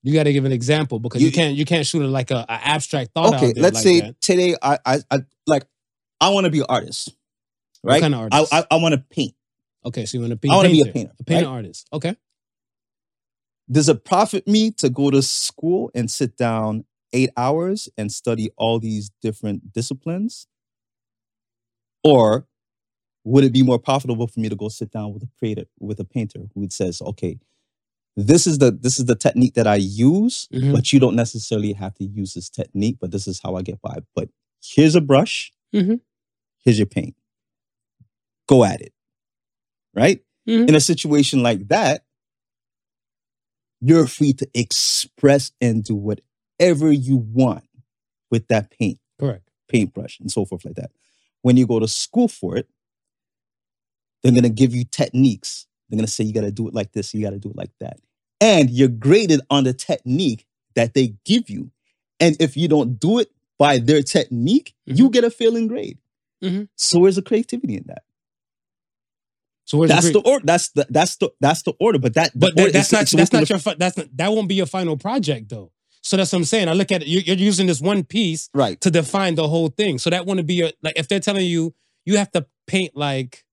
You got to give an example because you,
You-
can't you can't shoot it like a, a abstract thought. out
okay,
there
let's
like
say
that.
today I I, I like I want to be an artist,
What
right?
kind of artist?
I I, I want to paint.
okay, so you want to be?
I wanna be a
painter,
painter,
a painter
right?
artist. Okay,
Does it profit me to go to school and sit down eight hours and study all these different disciplines? Or would it be more profitable for me to go sit down with a creator, with a painter who says, okay, this is the this is the technique that I use,
Mhm.
but you don't necessarily have to use this technique, but this is how I get by. But here's a brush,
Mhm.
here's your paint. Go at it. Right?
Mhm.
In a situation like that, you're free to express and do whatever you want with that paint,
correct.
paintbrush, and so forth like that. When you go to school for it, they're gonna give you techniques. They're gonna say you gotta do it like this, you gotta do it like that. And you're graded on the technique that they give you. And if you don't do it by their technique,
Mm-hmm.
you get a failing grade.
Mhm.
So where's the creativity in that?
So where's
That's
the,
the
gre-
order. That's the that's the that's the order. But that the
but that-
order
that's
is-
not
it's
that's
within
not
the-
your fi- that's not, that won't be your final project though. So that's what I'm saying. I look at it. You're, you're using this one piece
right.
to define the whole thing. So that wouldn't be your like if they're telling you you have to paint like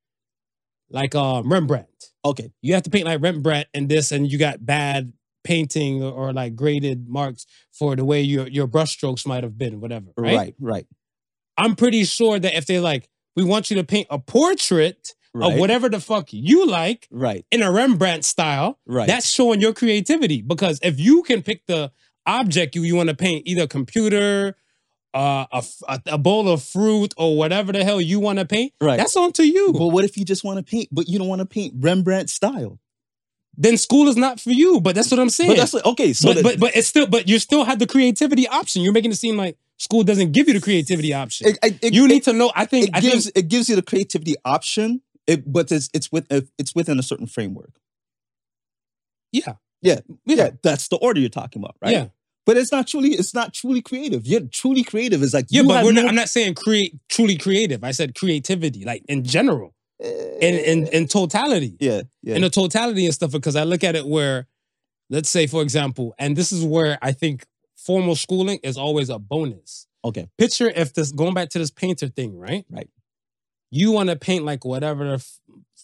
like um Rembrandt.
Okay.
You have to paint like Rembrandt and this, and you got bad painting or, or, like graded marks for the way your your brushstrokes might have been, whatever. Right?
Right. Right.
I'm pretty sure that if they like, we want you to paint a portrait of whatever the fuck you like
Right.
in a Rembrandt style,
Right.
that's showing your creativity because if you can pick the object you, you want to paint, either a computer, uh, a, f- a- a bowl of fruit, or whatever the hell you want to paint,
right.
that's on to you.
but what if you just want to paint, but you don't want to paint Rembrandt style?
then school is not for you. But that's what I'm saying.
But that's like, okay. So
but,
the-
but but it's still but you still have the creativity option. You're making it seem like school doesn't give you the creativity option.
it, it- it-
you need
it-
to know. I think
It
I
gives
think
it gives you the creativity option, it, but it's it's with it's within a certain framework.
yeah,
that's the order you're talking about, right?
yeah.
But it's not truly it's not truly creative. You're truly creative is like
Yeah,
you
but
have
we're
no-
not, I'm not saying create truly creative. I said creativity, like in general, in in, in totality.
Eh. yeah yeah
and the totality and stuff because I look at it where, let's say, for example, and this is where I think formal schooling is always a bonus.
okay
Picture if this going back to this painter thing, right?
Right.
You want to paint like whatever the f-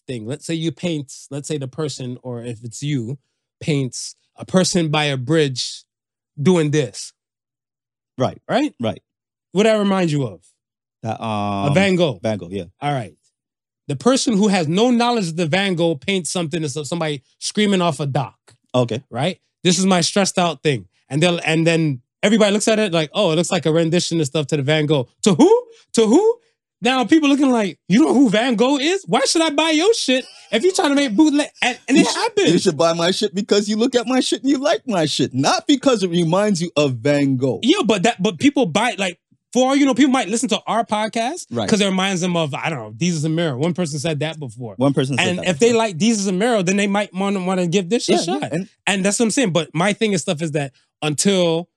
thing. Let's say you paint, let's say the person, or if it's you, paints a person by a bridge doing this,
right
right?
Right.
What I remind you of?
that um
a Van Gogh.
Van Gogh yeah
All right. The person who has no knowledge of the Van Gogh paints something and so- somebody screaming off a dock.
okay
right? This is my stressed out thing. And they'll and then everybody looks at it like, oh, it looks like a rendition and stuff to the Van Gogh. To who? To who? Now people looking like, you know who Van Gogh is? Why should I buy your shit if you're trying to make bootleg? And, and it
you
happens.
should buy my shit because you look at my shit and you like my shit not because it reminds you of Van Gogh
Yeah, but that but people buy like for all you know, people might listen to our podcast
Right.
because it reminds them of I don't know, these is a mirror. One person said that before.
one person said
and
that
if they
before.
like these is a mirror, then they might want to want to give this
yeah,
a shot.
yeah, and
And that's what I'm saying. But my thing and stuff is that until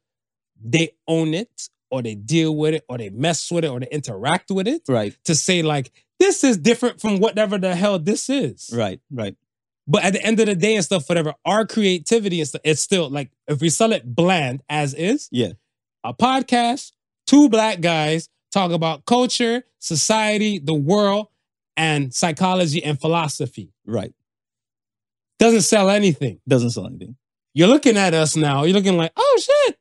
they own it or they deal with it or they mess with it or they interact with it
right
to say like this is different from whatever the hell this is.
right right
But at the end of the day and stuff, whatever our creativity and stuff, it's still like if we sell it bland as is.
Yeah.
A podcast, two black guys talk about culture, society, the world, and psychology and philosophy.
Right.
Doesn't sell anything.
Doesn't sell anything.
You're looking at us now. You're looking like, oh shit.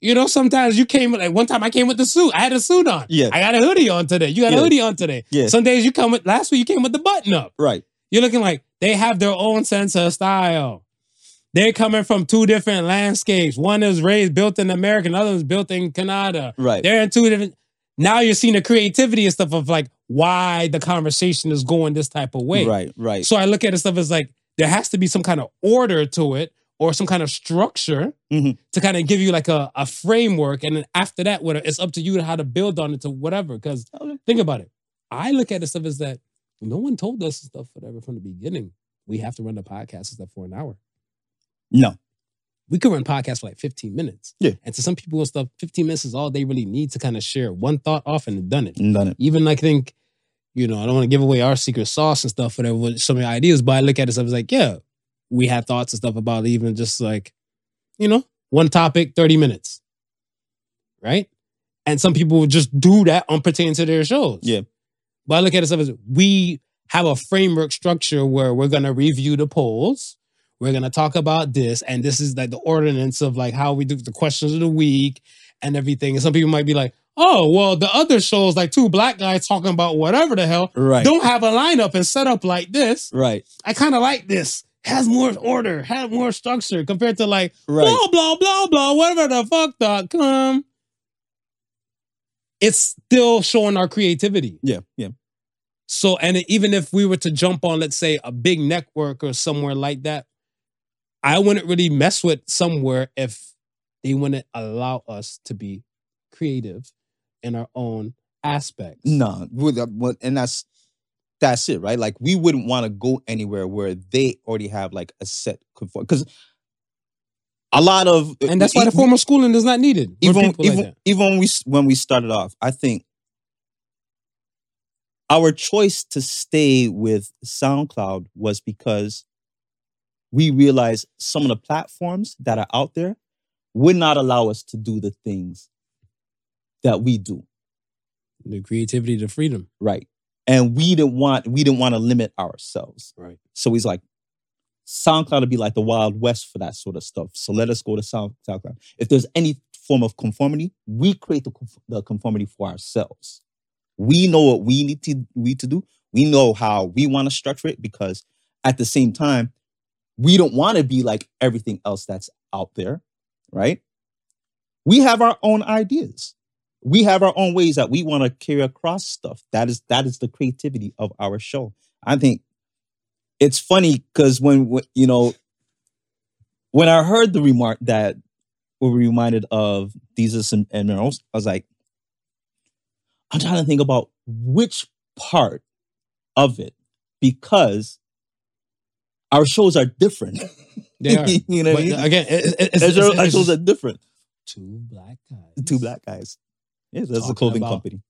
You know, sometimes you came like one time I came with the suit. I had a suit on.
Yeah.
I got a hoodie on today. You got
Yeah.
a hoodie on today.
Yeah.
Some days you come with last week you came with the button up.
Right.
You're looking like they have their own sense of style. They're coming from two different landscapes. One is raised, built in America, and other is built in Canada.
Right.
They're in two different. Now you're seeing the creativity and stuff of like why the conversation is going this type of way.
Right. Right.
So I look at it stuff as like there has to be some kind of order to it or some kind of structure
Mhm.
to kind of give you like a, a framework. And then after that, whatever it's up to you to how to build on it to whatever. Because
Okay.
think about it. I look at it stuff as that no one told us stuff whatever from the beginning. We have to run the podcast and stuff for an hour.
no.
We could run podcasts for like 15 minutes.
Yeah.
And to some people and stuff, 15 minutes is all they really need to kind of share one thought off and done it
Done it.
even I think, you know, I don't want to give away our secret sauce and stuff, whatever, with some of the ideas, but I look at it, I was like, yeah, we had thoughts and stuff about even just like, you know, one topic, 30 minutes. Right? And some people would just do that on pertaining to their shows.
Yeah.
But I look at it as we have a framework structure where we're gonna review the polls. We're gonna talk about this, and this is like the ordinance of like how we do the questions of the week and everything. And some people might be like, "Oh, well, the other shows like two black guys talking about whatever the hell
Right.
don't have a lineup and set up like this.
Right.
I kind of like this. Has more order, has more structure compared to like
Right.
blah blah blah blah whatever the fuck dot com." It's still showing our creativity.
Yeah. Yeah.
So, and even if we were to jump on, let's say, a big network or somewhere like that, I wouldn't really mess with somewhere if they wouldn't allow us to be creative in our own aspects.
No, with uh, well, and that's that's it, right? Like we wouldn't want to go anywhere where they already have like a set conform because a lot of
And that's why the
e-
formal schooling is not needed. for
even
people like
even,
that.
even when we s- when we started off, I think our choice to stay with SoundCloud was because we realized some of the platforms that are out there would not allow us to do the things that we do.
the creativity, the freedom.
Right. And we didn't want we didn't want to limit ourselves.
Right.
So he's like, SoundCloud would be like the Wild West for that sort of stuff. So let us go to Sound, SoundCloud. If there's any form of conformity, we create the, conf- the conformity for ourselves. We know what we need to we to do. We know how we want to structure it because at the same time, we don't want to be like everything else that's out there, right? We have our own ideas. We have our own ways that we want to carry across stuff. That is that is the creativity of our show. I think it's funny because when when- you know when I heard the remark that we were reminded of Jesus and, and minerals, I was like, I'm trying to think about which part of it because our shows are different.
They are.
you know,
but
what I mean?
again, it, it- it's,
our
it's,
shows-
it's-
our
it's
shows are
just
different.
two black
The
guys.
two black guys. Yeah, that's a
Talking
clothing
about-
company.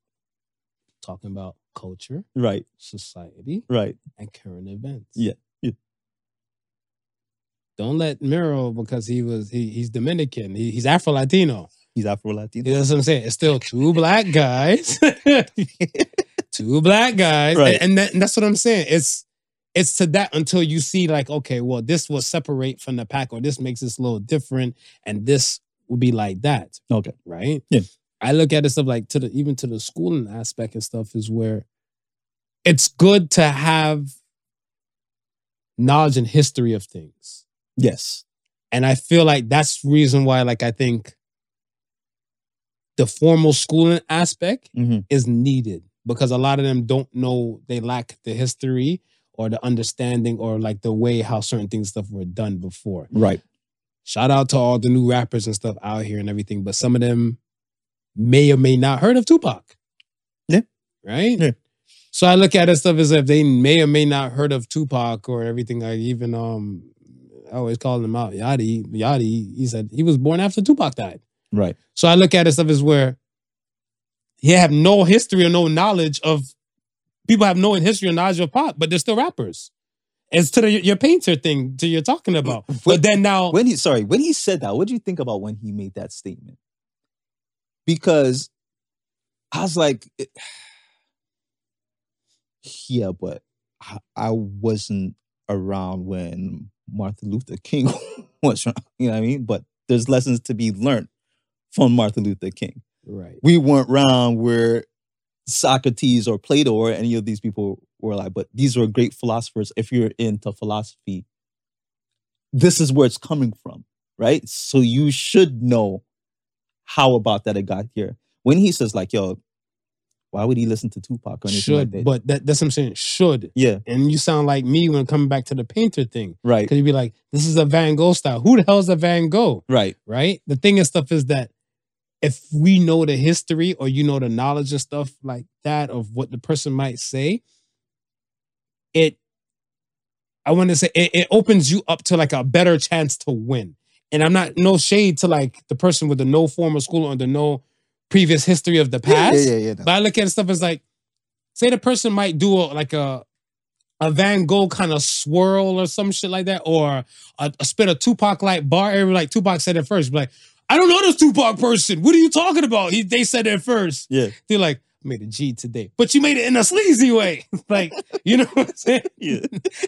talking about culture,
Right,
society,
right.
and current events.
Yeah, yeah.
Don't let Miro because he was he, he's Dominican. He, he's Afro Latino.
He's Afro Latino.
You know what I'm saying? It's still two black guys, two black guys,
Right.
and, and that- and that's what I'm saying. It's it's to that until you see like, okay, well, this will separate from the pack, or this makes this a little different, and this will be like that
Okay.
right?
Yeah.
I look at it stuff like to the even to the schooling aspect and stuff is where it's good to have knowledge and history of things.
Yes.
And I feel like that's reason why, like, I think the formal schooling aspect
Mhm.
is needed because a lot of them don't know they lack the history or the understanding or like the way how certain things stuff were done before
Right.
shout out to all the new rappers and stuff out here and everything, but some of them may or may not heard of Tupac.
Yeah.
Right?
Yeah.
So I look at it stuff as if they may or may not heard of Tupac or everything. Like even um I always call him out. Yadi, Yadi, he said he was born after Tupac died.
Right.
So I look at it stuff as where he have no history or no knowledge of people have no history or knowledge of pop, but they're still rappers. It's to the, your painter thing that you're talking about. but then now
When he sorry, when he said that, what do you think about when he made that statement? Because I was like, it- yeah, but I, I wasn't around when Martin Luther King was around. You know what I mean? But there's lessons to be learned from Martin Luther King.
Right.
We weren't around where Socrates or Plato or any of these people were like, but these were great philosophers. If you're into philosophy, this is where it's coming from, right? So you should know how about that it got here. When he says like, yo, why would he listen to Tupac or anything like
Should,
that?
but that, that's what I'm saying. Should.
yeah,
And you sound like me when coming back to the painter thing.
right,
Because you'd be like, this is a Van Gogh style. Who the hell is a Van Gogh?
right,
Right? The thing and stuff is that if we know the history or you know the knowledge and stuff like that of what the person might say, it I want to say it, it opens you up to like a better chance to win. And I'm not no shade to like the person with the no formal school or the no previous history of the past.
Yeah, yeah, yeah. no.
But I look at stuff as like, say the person might do a, like a a Van Gogh kind of swirl or some shit like that, or a, a spit of Tupac like bar. Every like Tupac said it first, be like I don't know this Tupac person. What are you talking about? He, they said it first.
Yeah,
They're like I made a G today, but you made it in a sleazy way, like you know what I'm saying.
yeah,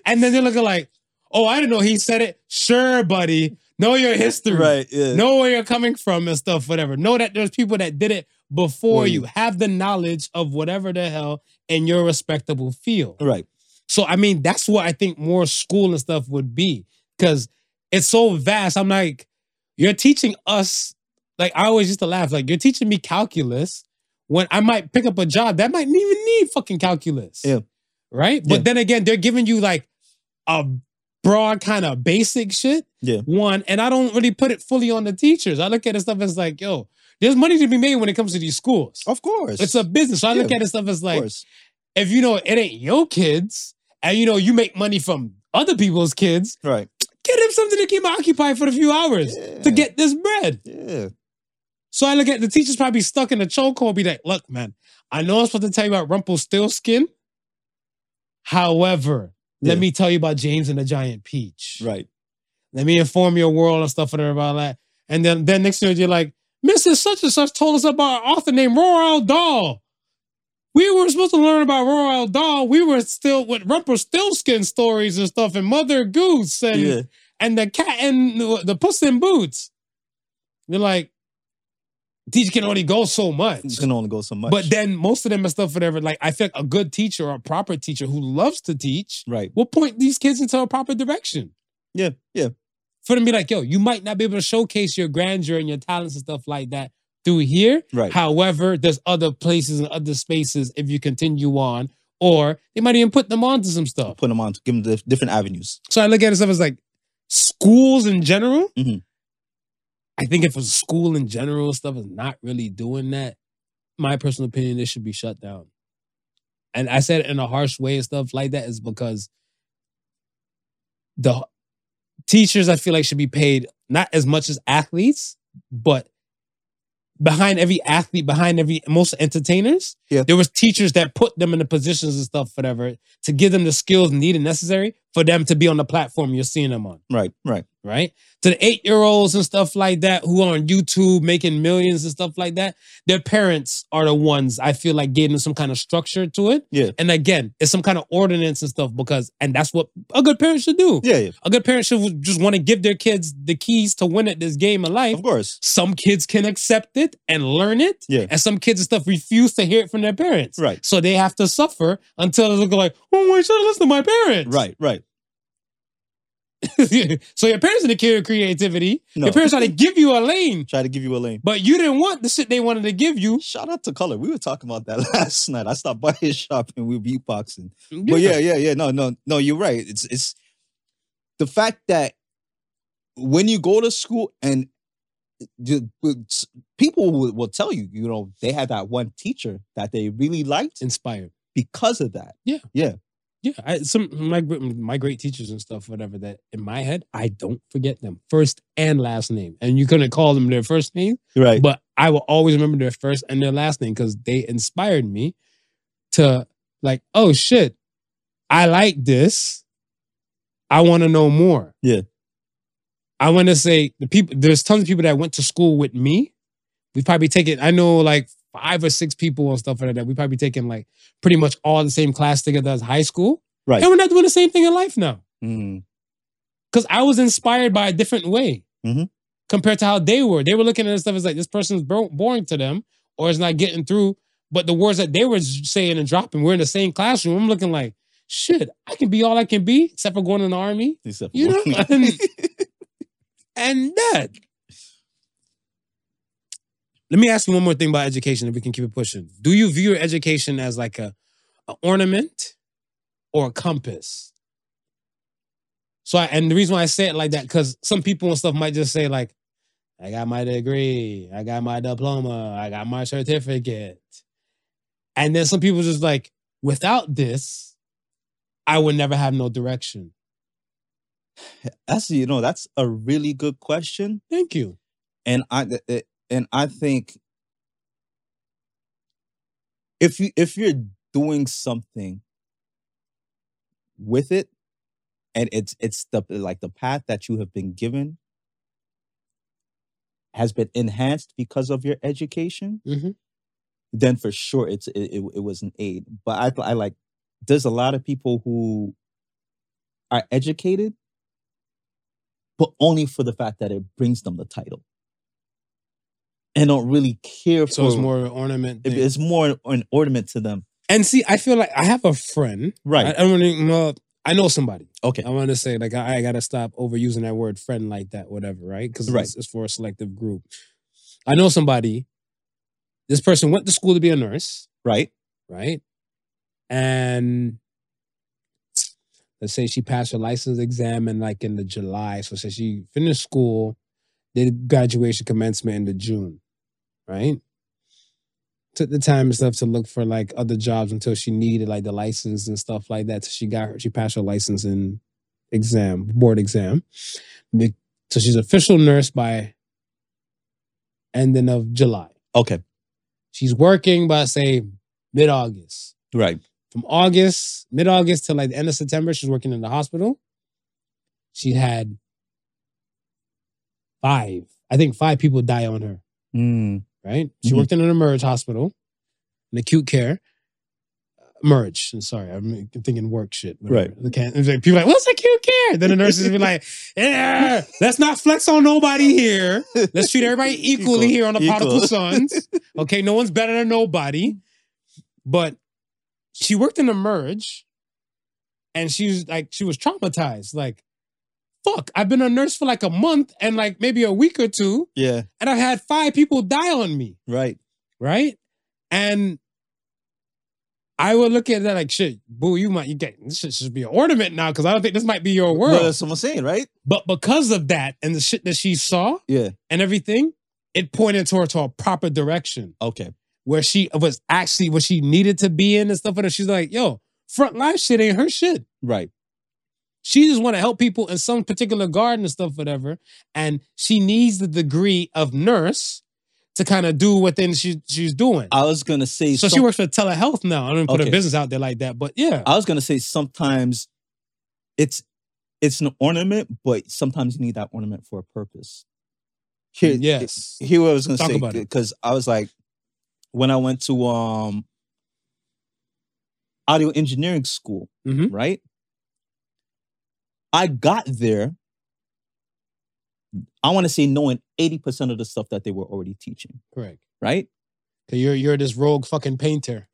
And then they're looking like, oh, I didn't know he said it. Sure, buddy, know your history
right, yeah.
know where you're coming from and stuff, whatever. Know that there's people that did it before
Well,
you. Have the knowledge of whatever the hell in your respectable field.
right,
So I mean, that's what I think more school and stuff would be because it's so vast. I'm like, you're teaching us. Like I always used to laugh. Like you're teaching me calculus when I might pick up a job that might not even need fucking calculus.
Yeah.
Right.
Yeah.
But then again, they're giving you like a broad kind of basic shit.
Yeah.
One, and I don't really put it fully on the teachers. I look at it stuff as like, yo, there's money to be made when it comes to these schools.
of course.
It's a business. So I look
Yeah.
at it stuff as
of
like,
course.
if you know it ain't your kids and you know you make money from other people's kids,
right.
get him something to keep him occupied for the few hours
Yeah.
to get this bread.
yeah,
So I look at the teacher's probably stuck in a chokehold, be like, look, man, I know I'm supposed to tell you about Rumpelstiltskin. However, let
Yeah.
me tell you about James and the Giant Peach.
right,
Let me inform your world and stuff and about that. And then, then next year you're like, Mrs. Such and Such told us about an author named Roald Dahl. We were supposed to learn about Roald Dahl. We were still with Rumpelstiltskin stories and stuff, and Mother Goose, and
yeah,
and the cat and the, the Puss in Boots. You're like, teacher can only go so much.
you can only go so much.
But then most of them and stuff, whatever. Like I think a good teacher or a proper teacher who loves to teach
right,
will point these kids into a proper direction
yeah, yeah,
for them to be like, yo, you might not be able to showcase your grandeur and your talents and stuff like that through here.
right,
However, there's other places and other spaces if you continue on, or they might even put them onto some stuff.
put them on, give them the different avenues.
So I look at it stuff as like schools in general.
Mhm.
I think if a school in general stuff is not really doing that, my personal opinion, it should be shut down. And I said it in a harsh way and stuff like that is because the teachers I feel like should be paid not as much as athletes, but behind every athlete, behind every most entertainers,
Yeah.
there was teachers that put them in the positions and stuff, whatever, to give them the skills needed and necessary for them to be on the platform you're seeing them on,
Right, right,
right? To the eight year olds and stuff like that who are on YouTube making millions and stuff like that, their parents are the ones I feel like gave them some kind of structure to it.
Yeah.
And again, it's some kind of ordinance and stuff because, and that's what a good parent should do.
yeah, yeah,
A good parent should just want to give their kids the keys to win at this game of life.
of course,
Some kids can accept it and learn it,
Yeah.
and some kids and stuff refuse to hear it from their parents.
right,
So they have to suffer until they look like, oh, why should I listen to my parents?
right, right,
so your parents didn't care your creativity.
No.
Your parents try to give you a lane,
try to give you a lane.
but you didn't want the shit they wanted to give you.
Shout out to Color. We were talking about that last night. I stopped by his shop and we were beatboxing. But yeah, yeah, yeah. No, no, no. You're right. It's it's the fact that when you go to school and the- it's- people will, will tell you, you know, they had that one teacher that they really liked
Inspired.
because of that.
Yeah, I, some my gr- my great teachers and stuff, whatever. That in my head, I don't forget them first and last name, and you couldn't call them their first name,
Right.
but I will always remember their first and their last name because they inspired me to like, oh shit, I like this. I want to know more.
Yeah.
I want to say the people. There's tons of people that went to school with me. We probably take it. I know like five or six people on stuff like that. We probably taking like pretty much all the same class together as high school.
Right.
And we're not doing the same thing in life now.
Mm.
Because I was inspired by a different way
Mhm.
compared to how they were. They were looking at this stuff as like this person's bro- boring to them or it's not getting through. But the words that they were s- saying and dropping, we're in the same classroom. I'm looking like, shit, I can be all I can be except for going in the army.
Except
You know?
for-
and, and that. Let me ask you one more thing about education if we can keep it pushing. Do you view your education as like a, a ornament or a compass? So I, and the reason why I say it like that, because some people and stuff might just say, like, I got my degree, I got my diploma, I got my certificate. And then some people just like, without this, I would never have no direction.
that's you know that's a really good question.
Thank you.
and I th- th- and I think if you if you're doing something with it, and it's it's the like the path that you have been given has been enhanced because of your education,
Mm-hmm.
then for sure it's it, it, it was an aid. But I th- I like there's a lot of people who are educated, but only for the fact that it brings them the title, and don't really care
So it's
for-
more an ornament.
it-
thing.
It's more an- an ornament to them,
And see, I feel like I have a friend. I, I
right?
don't even know. I know somebody.
okay,
I want to say like I, I gotta stop overusing that word friend like that, whatever, right? Because
Right.
it's, it's for a selective group. I know somebody. This person went to school to be a nurse,
right,
right? And let's say she passed her license exam in like in the July. So say she finished school, did graduation commencement in the June, right? Took the time and stuff to look for like other jobs until she needed like the license and stuff like that. So she got her, she passed her license and exam, board exam. Be- So she's official nurse by ending of July.
okay,
She's working by say mid August
right,
from August, mid August till like the end of September, she's working in the hospital. She had five, I think five people die on her, Hmm.
Mm,
right? She
Mhm.
worked in an emerge hospital, an acute care. Merge. I'm sorry, I'm thinking work shit. whatever.
Right.
The can- it's like, people are like, what's acute care? Then the nurses be like, yeah, let's not flex on nobody here. Let's treat everybody equally
Equal,
here on the
equal.
Prodigal Sons. Okay, no one's better than nobody. But she worked in a merge and she was like, she was traumatized. Like, fuck, I've been a nurse for like a month and like maybe a week or two,
yeah,
and I've had five people die on me,
right,
right? And I would look at that like shit, boo, you might you get this shit should be an ornament now, because I don't think this might be your world.
Well, that's what I'm saying, right?
But because of that and the shit that she saw
Yeah.
and everything, it pointed to her to a proper direction
Okay,
where she was actually what she needed to be in and stuff. And she's like, yo, frontline shit ain't her shit.
right,
She just want to help people in some particular garden and stuff, whatever. And she needs the degree of nurse to kind of do what then she, she's doing.
I was gonna say,
so she
some-
works for telehealth now. I don't put her
Okay.
business out there like that, but yeah.
I was gonna say sometimes it's it's an ornament, but sometimes you need that ornament for a purpose. Here,
Mm, yes.
here what I was gonna
Talk
say
about it.
because I was like, when I went to um audio engineering school,
Mhm.
right? I got there. I want to say knowing eighty percent of the stuff that they were already teaching,
Correct.
right?
'Cause You're, you're this rogue fucking painter.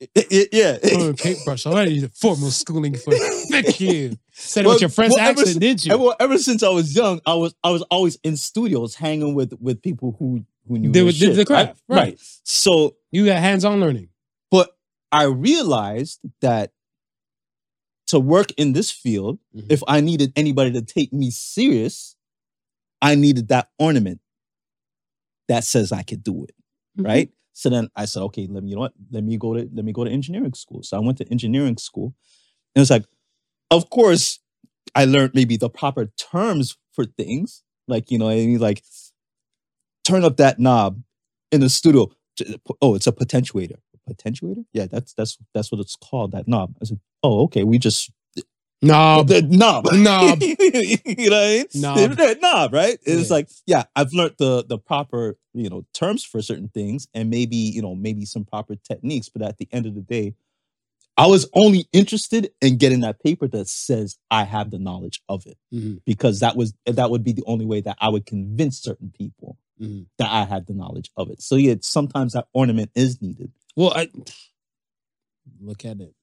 yeah,
Oh, paintbrush. I need a formal schooling for Thank you. Said it
Well,
with your French
well, ever
accent, did you?
And well, ever since I was young, I was I was always in studios hanging with with people who who knew
They
their
would- did
shit,
the craft, right.
So,
You got hands-on learning.
but I realized that to work in this field,
Mhm.
if I needed anybody to take me serious, I needed that ornament that says I could do it, right? So then I said, okay, let me you know what, let me go to let me go to engineering school. So I went to engineering school, and it's like, of course, I learned maybe the proper terms for things, like you know, and you like turn up that knob in the studio. T- Oh, it's a potentiator. Potentiator? Yeah, that's that's that's what it's called. That knob. I said, oh, okay. We just
No,
the knob.
Knob.
you know what I mean?
Knob.
The knob, right? It's
Um, Yeah.
like, yeah, I've learned the the proper, you know, terms for certain things and maybe, you know, maybe some proper techniques, but at the end of the day, I was only interested in getting that paper that says I have the knowledge of it
Mhm,
because that was that would be the only way that I would convince certain people
mhm.
that I had the knowledge of it. So yeah, sometimes that ornament is needed.
well, I look at it.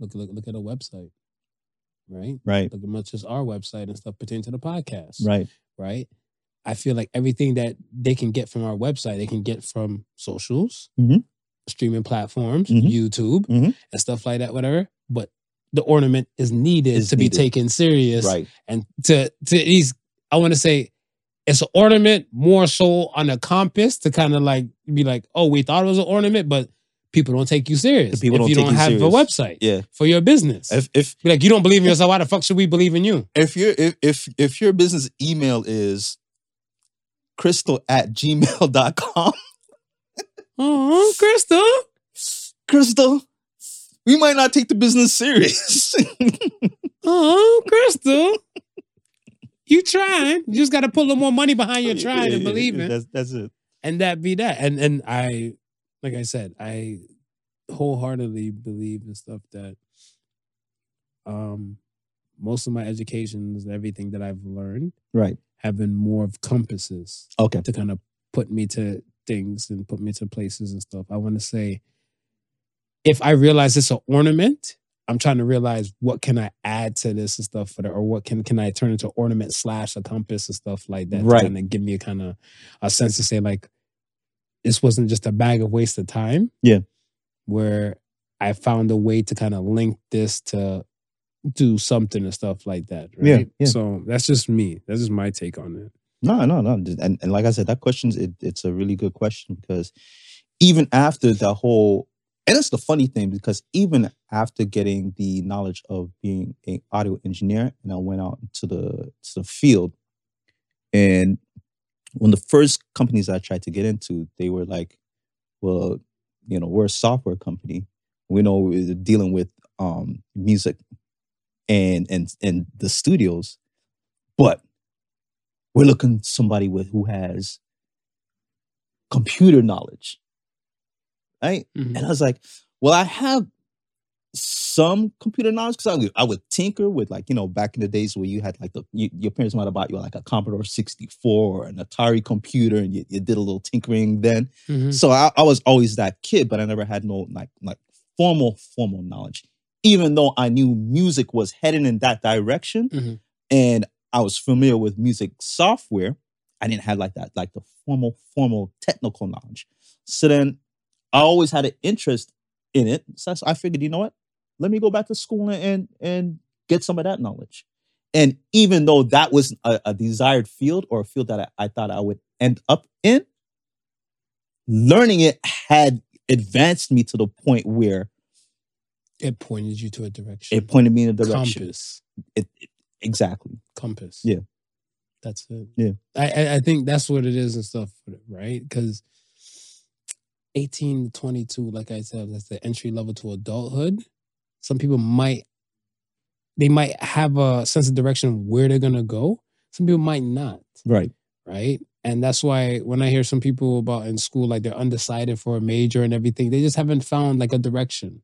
Look, look, look at a website, right?
Right.
Look at much as our website and stuff pertaining to the podcast,
Right.
right? I feel like everything that they can get from our website, they can get from socials,
Mhm.
streaming platforms,
Mhm.
YouTube,
Mhm.
and stuff like that, whatever. But the ornament is needed
Is
to
needed.
be taken serious.
Right.
And to to these, I want to say it's an ornament more so on a compass to kind of like be like, oh, we thought it was an ornament, but people don't take you serious.
The people
if
don't
you
take
don't
you
have a
serious.
website
Yeah.
for your business.
If if
Be like you don't believe in yourself, why the fuck should we believe in you?
if your if if if your business email is crystal at gmail.com
Oh, Crystal.
crystal we might not take the business serious
Oh, Crystal. you trying. You just gotta put a little more money behind your trying and believing.
that's, that's it
and that be that. And and I, like I said, I wholeheartedly believe in stuff that, um, most of my educations, everything that I've learned,
right
have been more of compasses
okay
to kind of put me to things and put me to places and stuff. I want to say, if I realize it's an ornament, I'm trying to realize what can I add to this and stuff, for the, or what can can I turn into ornament slash a compass and stuff like that,
Right.
to kind of give me a kind of a sense to say like, this wasn't just a bag of waste of time.
Yeah.
where I found a way to kind of link this to do something and stuff like that. Right?
Yeah, yeah.
So that's just me. That's just my take on it.
no no no and, and like i said that question's it, it's a really good question because even after the whole and it's the funny thing because even after getting the knowledge of being an audio engineer and i went out to the to the field and one of the first companies i tried to get into they were like well you know we're a software company we know we're dealing with um music and and and the studios but we're looking somebody with who has computer knowledge right and I was like, well, I have some computer knowledge because I would, I would tinker with like, you know, back in the days where you had like the, you, your parents might have bought you like a Commodore 64 or an Atari computer and you, you did a little tinkering then.
Mm-hmm.
So I, I was always that kid, but I never had no like like formal formal knowledge. Even though I knew music was heading in that direction,
Mhm.
and I was familiar with music software, I didn't have like that like the formal formal technical knowledge. So then I always had an interest in it. So that's- I figured, you know what? Let me go back to school and and, and get some of that knowledge. And even though that was a, a desired field or a field that I, I thought I would end up in, learning it had advanced me to the point where
It pointed you to a direction.
it pointed me in the direction.
Compass.
It, it- exactly.
Compass.
Yeah.
That's it.
Yeah.
I, I, I think that's what it is and stuff, right? Because 18 to 22, like I said, that's the entry level to adulthood. Some people might, they might have a sense of direction of where they're going to go. Some people might not,
Right.
right? And that's why when I hear some people about in school, like they're undecided for a major and everything, they just haven't found like a direction.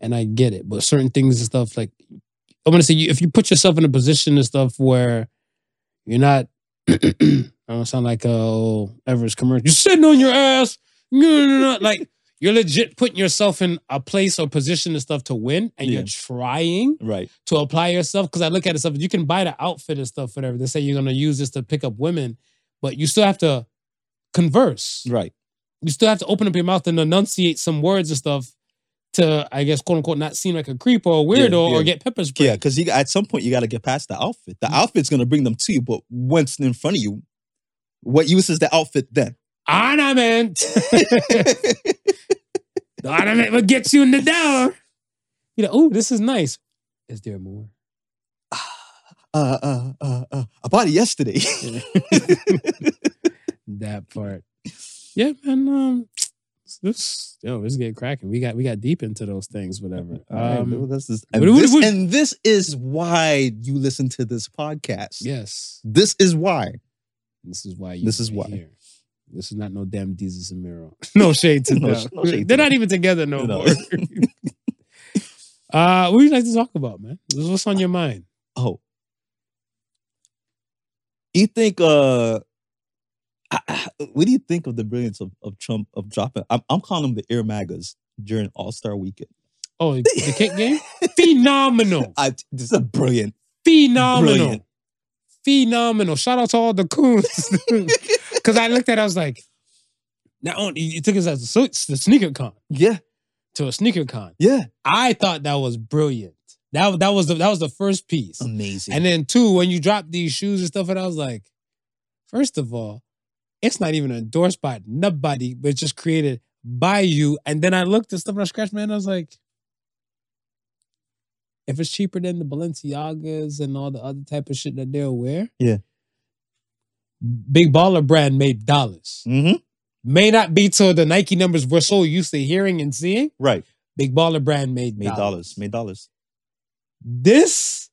And I get it, but certain things and stuff, like I want to say, you- if you put yourself in a position and stuff where you're not, I don't sound like a old Everest commercial. You're sitting on your ass, no, no, no, like you're legit putting yourself in a place or position and stuff to win, and
Yeah.
you're trying
Right.
to apply yourself because I look at it stuff. You can buy the outfit and stuff, whatever. They say you're gonna use this to pick up women, but you still have to converse.
Right.
You still have to open up your mouth and enunciate some words and stuff to, I guess, quote unquote, not seem like a creep or a
Yeah,
weirdo
yeah.
or get pepper sprayed.
Yeah, because you at some point you got to get past the outfit.
Mm-hmm.
The outfit's gonna bring them to you, but once in front of you, what use is the outfit then?
Ornament, the ornament will get you in the door. You know, oh, this is nice. Is there more?
uh, uh, uh, uh, I bought it yesterday.
that part. Yeah, man. Um, it's Oops. Yo, it's getting cracking. We got we got deep into those things, whatever.
Alright, well,
Um,
this is- and,
what- what-
this,
what-
and this is why you listen to this podcast.
yes.
This is why.
This is why you
This is
are
why.
here. This is not no damn Jesus and Miro. No shade to
No
them.
sh- no shade to
They're
them.
not even together no,
No.
more. uh, what would you like to talk about, man? What's on your mind?
Oh. You think uh I, I- what do you think of the brilliance of, of Trump of dropping I'm, I'm calling them the ear magas during All-Star weekend.
Oh, the cake game? Phenomenal.
I this is a brilliant.
Phenomenal.
Brilliant.
Phenomenal. Shout out to all the coons. Because I looked at it, I was like, not only you took us as a so- the sneaker con
Yeah,
to a sneaker con.
yeah.
I thought that was brilliant. That, that was the that was the first piece.
Amazing.
And then two, when you drop these shoes and stuff, and I was like, first of all, it's not even endorsed by nobody, but it's just created by you. And then I looked at stuff and I scratched my head and I was like, if it's cheaper than the Balenciagas and all the other type of shit that they'll wear,
Yeah.
Big baller brand made dollars.
mm-hmm.
May not be to the Nike numbers we're so used to hearing and seeing.
Right.
Big baller brand made
Made
dollars
dollars. Made dollars.
this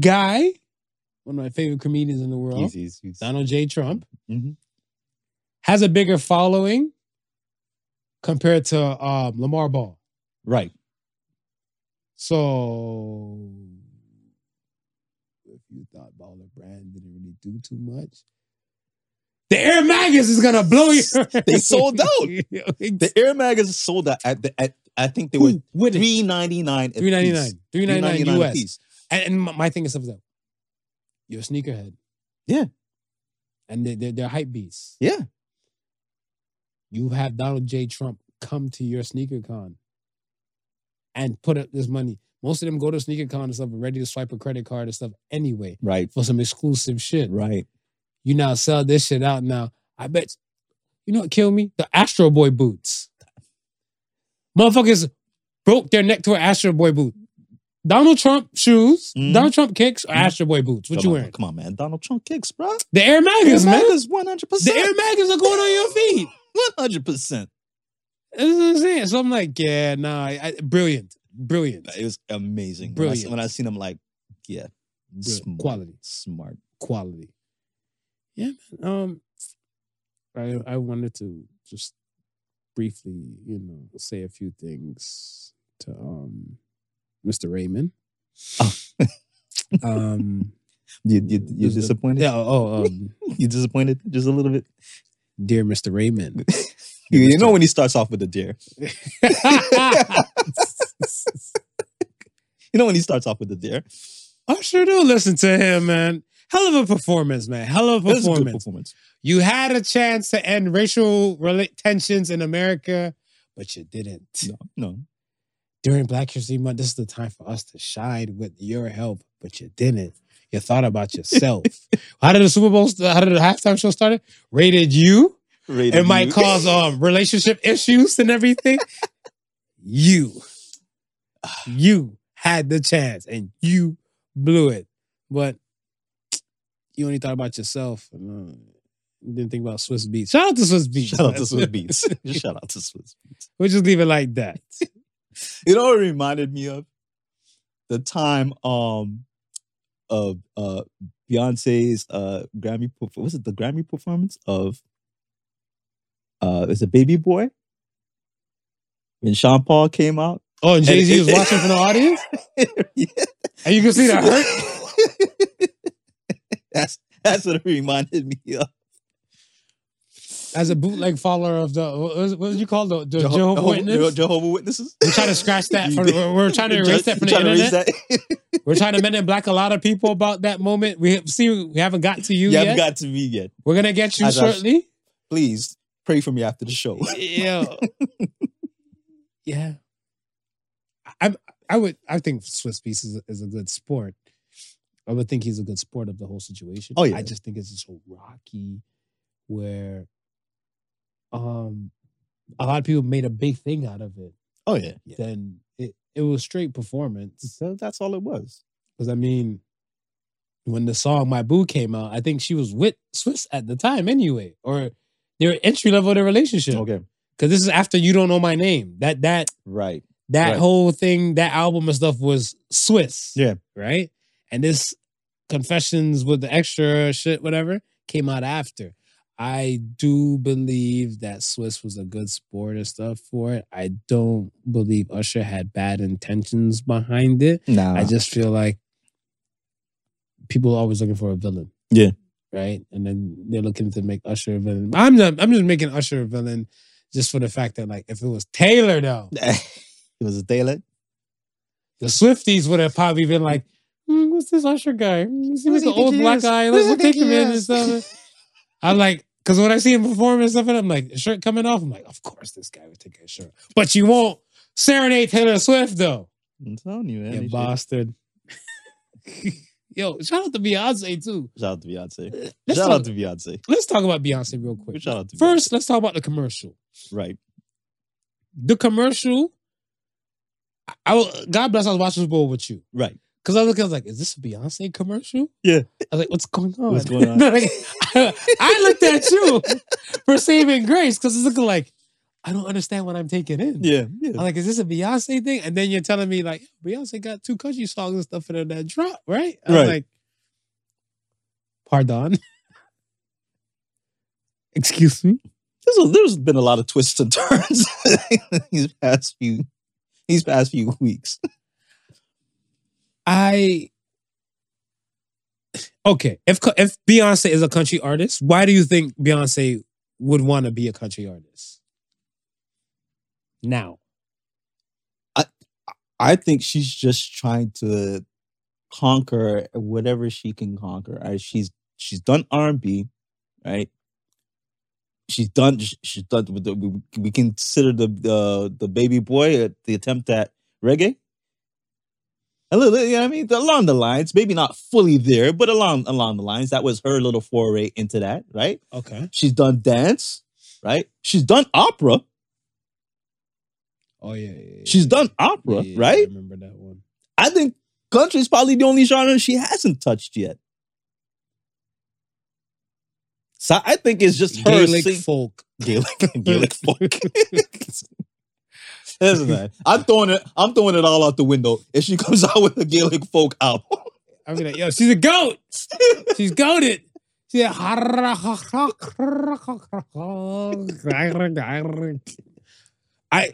guy, one of my favorite comedians in the world,
Easy, easy, easy.
Donald J. Trump,
Mhm.
has a bigger following compared to um, Lamar Ball.
Right.
So, if you thought Baller Brand didn't really do too much, the Air Magus is gonna blow you.
They sold out. The air magas sold out at the at I think they were
with it.
three ninety nine.
Three ninety nine. Three ninety nine US.
Piece.
And, and my, my thing is something. You're a sneakerhead.
Yeah.
And they, they're, they're hype beasts.
Yeah.
You have Donald J. Trump come to your sneaker con and put up this money. Most of them go to sneaker con and stuff, ready to swipe a credit card and stuff anyway
Right.
for some exclusive shit.
Right.
You now sell this shit out now. I bet. You know what killed me? The Astro Boy boots. Motherfuckers broke their neck to an Astro Boy boot. Donald Trump shoes,
Mhm.
Donald Trump kicks, or
Mhm.
Astro Boy boots. What
come
you
on,
wearing?
Come on, man. Donald Trump kicks, bro.
The Air Magas, man.
one hundred
The Air Magas are going on your feet.
One hundred percent.
That's what I'm saying. So I'm like, yeah, nah, I, brilliant, brilliant,
It was amazing. When I,
Brilliant.
when I seen him, like, yeah,
Brilliant.
smart,
quality.
smart.
quality. Yeah, man. Um, I I wanted to just briefly, you know, say a few things to um, Mr. Raymond.
Oh.
um,
You, you, you're
Is it-
disappointed.
yeah. Oh, um,
you disappointed just a little bit.
dear Mr. Raymond.
You, you
Mr.
know when he starts off with the deer. You know when he starts off with the deer.
I sure do listen to him, man. Hell of a performance, man. Hell of a
It was a good
performance.
performance.
You had a chance to end racial rela- tensions in America, but you didn't.
No, no.
During Black History Month, this is the time for us to shine with your help, but you didn't. You thought about yourself. how did the Super Bowl? st- How did the halftime show started? Rated you.
Rated
It might
you.
cause um relationship issues and everything. you,
Ah.
you had the chance and you blew it, but you only thought about yourself and uh, you didn't think about Swiss Beats. Shout out to Swiss Beats.
Shout out
man.
to Swiss Beats. Shout out to Swiss Beats.
We'll just leave it like that.
You know what it reminded me of? The time um of uh Beyonce's uh Grammy perf- was it the Grammy performance of uh it's a baby boy when Sean Paul came out.
Oh, and Jay Z was watching from the audience, and you can see that hurt.
that's that's what it reminded me of.
As a bootleg follower of the what was, what did you call the, the
Jeho-
Jehovah
Jeho-
Witness?
Jehovah Witnesses.
We're trying to scratch that from. We're, we're trying to erase that from the
Trying to
internet.
erase that.
We're trying to men in black a lot of people about that moment. We have- see we haven't got to you
You
yet.
haven't got to me yet.
We're gonna get you
As I-
shortly.
Please pray for me after the show.
yeah, yeah. I I would I think Swiss Beats is, is a good sport. I would think he's a good sport of the whole situation.
Oh, yeah.
I just think it's just so rocky, where um a lot of people made a big thing out of it.
Oh yeah,
Then it it was straight performance.
So that's all it was.
Because I mean, when the song My Boo came out, I think she was with Swiss at the time anyway, or they were entry level of their relationship.
Okay.
Because this is after you don't know my name. That that
Right.
that
Right.
whole thing, that album and stuff was Swiss.
Yeah.
Right? And this confessions with the extra shit, whatever, came out after. I do believe that Swiss was a good sport and stuff for it. I don't believe Usher had bad intentions behind it.
Nah.
I just feel like people are always looking for a villain.
Yeah.
Right. And then they're looking to make Usher a villain. I'm not, I'm just making Usher a villain just for the fact that like if it was Taylor though,
it was a Taylor.
the Swifties would have probably been like, "Hmm, what's this Usher guy? Hmm, He seems like
Who
an
do you
old
think he
black
is?
guy.
Who
Let's
do
we'll
you
take
think
him
he
in and
is?"
stuff. I'm like, because when I see him perform and stuff, and I'm like, shirt coming off. I'm like, of course this guy would take a shirt. But you won't serenade Taylor Swift though.
I'm telling you, man.
You
You should-
bastard. Yo, shout out to Beyonce too.
Shout out to Beyonce.
Let's
Shout
talk-
out to Beyonce.
Let's talk about Beyonce real quick.
Shout out to
First, let's talk about the commercial.
Right.
The commercial. I, I will- God bless. I was watching Super Bowl with you.
Right.
Cause I look, I was like, "Is this a Beyonce commercial?"
Yeah.
I was like, "What's going on?"
What's going on?
Like, I, I looked at you for saving grace because it's looking like I don't understand what I'm taking in.
Yeah.
I'm like, "Is this a Beyonce thing?" And then you're telling me like, "Beyonce got two country songs and stuff in her that drop, right?" I'm
Right.
like, "Pardon." Excuse me.
There's, a, there's been a lot of twists and turns these past few these past few weeks.
I okay. If co- if Beyonce is a country artist, why do you think Beyonce would want to be a country artist? Now,
I think she's just trying to conquer whatever she can conquer. All right, she's she's done R and B, right? She's done. sh- She's done. with the- We we consider the the the baby boy uh, the attempt at reggae. A little, you know what I mean, along the lines, maybe not fully there, but along along the lines. That was her little foray into that, right?
okay.
She's done dance, right? She's done opera.
Oh yeah, yeah, yeah,
She's
yeah.
done opera,
Yeah, yeah, yeah, I
right?
remember that one.
I think country is probably the only genre she hasn't touched yet. So I think it's just her
Gaelic
sing-
folk.
Gaelic, Gaelic folk. Isn't that? I'm throwing it. I'm throwing it all out the window if she comes out with a Gaelic folk album.
I mean, like, yo, she's a goat. She's goaded. She's a I,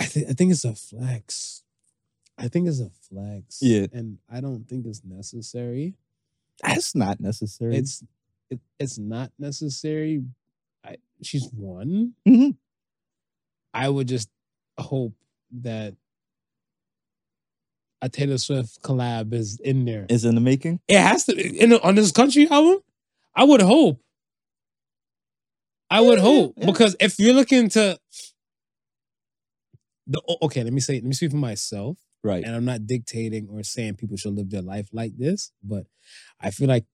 I, thi- I think it's a flex. I think it's a flex.
Yeah.
And I don't think it's necessary.
That's not necessary.
It's it, it's not necessary. I, she's one.
Mhm.
I would just hope that a Taylor Swift collab is in there.
is in the making.
It has to in on this country album. I would hope. I would
Yeah,
hope
yeah.
because if you're looking to the o- okay, let me say let me speak for myself,
Right.
and I'm not dictating or saying people should live their life like this, but I feel like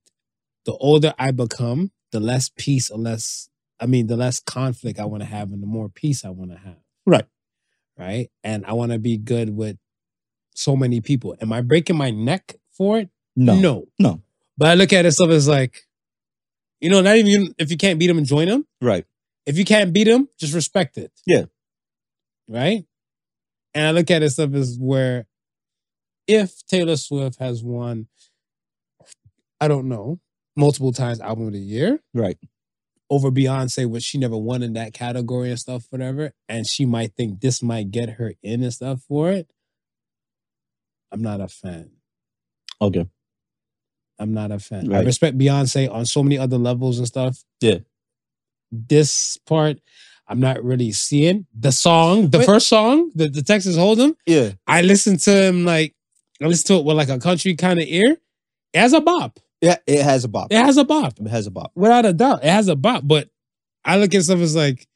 the older I become, the less peace or less I mean, the less conflict I want to have, and the more peace I want to have.
Right.
Right, and I want to be good with so many people. Am I breaking my neck for it?
No.
no.
No.
But I look at it stuff as like, you know, not even if you can't beat them and join them.
Right.
If you can't beat them, just respect it.
Yeah.
Right? And I look at it stuff as where if Taylor Swift has won, I don't know, multiple times album of the year
Right.
over Beyonce, which she never won in that category and stuff, whatever, and she might think this might get her in and stuff for it. I'm not a fan.
Okay.
I'm not a fan. I
Right.
respect Beyonce on so many other levels and stuff.
Yeah.
This part, I'm not really seeing. The song, the
Wait.
first song, the, the Texas Hold'em,
Yeah.
I listened to him like, I listened to it with like a country kind of ear. It has a bop.
Yeah. It has a bop.
It has a bop.
It has a bop.
Without a doubt, it has a bop. But I look at stuff as like,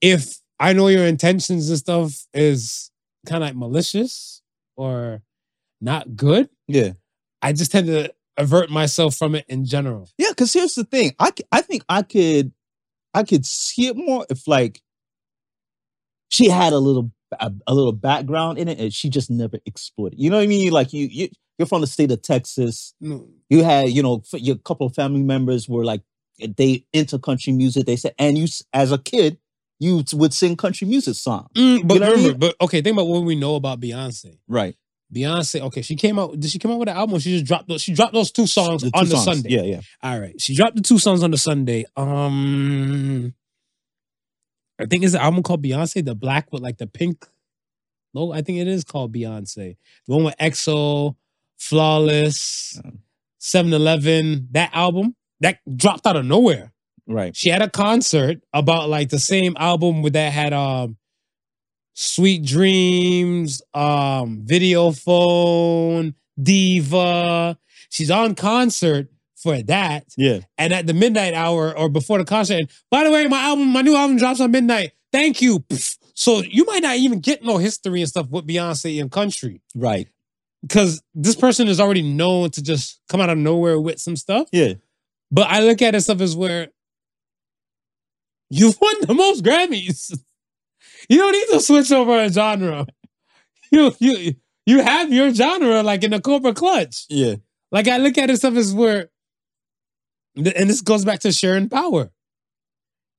if I know your intentions and stuff is kind of like malicious or not good,
Yeah.
I just tend to avert myself from it in general.
Yeah, because here's the thing. I c- I think I could I could see it more if like she had a little a, a little background in it and she just never exploited. You know what I mean? Like you you you're from the state of Texas.
No,
You had you know f- your couple of family members were like they into country music. They said, and you s- as a kid, you t- would sing country music songs.
Mm, but
You know what I
remember,
mean?
but okay, think about what we know about Beyonce.
Right.
Beyonce, okay, she came out. Did she come out with an album? Or she just dropped those. She dropped those two songs
The two
on the
songs.
Sunday.
Yeah, yeah.
All right, she dropped the two songs on the Sunday. Um, I think it's an album called Beyonce, the black with like the pink. No, I think it is called Beyonce. The one with EXO, Flawless,
Um.
7-Eleven, that album that dropped out of nowhere.
Right.
She had a concert about like the same album with that had um Sweet Dreams, um Video Phone, Diva. She's on concert for that
Yeah.
and at the midnight hour or before the concert. And by the way, my album, my new album drops on midnight. Thank you. Pff. So you might not even get no history and stuff with Beyonce and country
Right.
because this person is already known to just come out of nowhere with some stuff.
Yeah.
But I look at it stuff as where you've won the most Grammys. You don't need to switch over a genre. You you you have your genre like in the Cobra Clutch.
Yeah.
Like I look at it stuff as where, th- and this goes back to sharing power.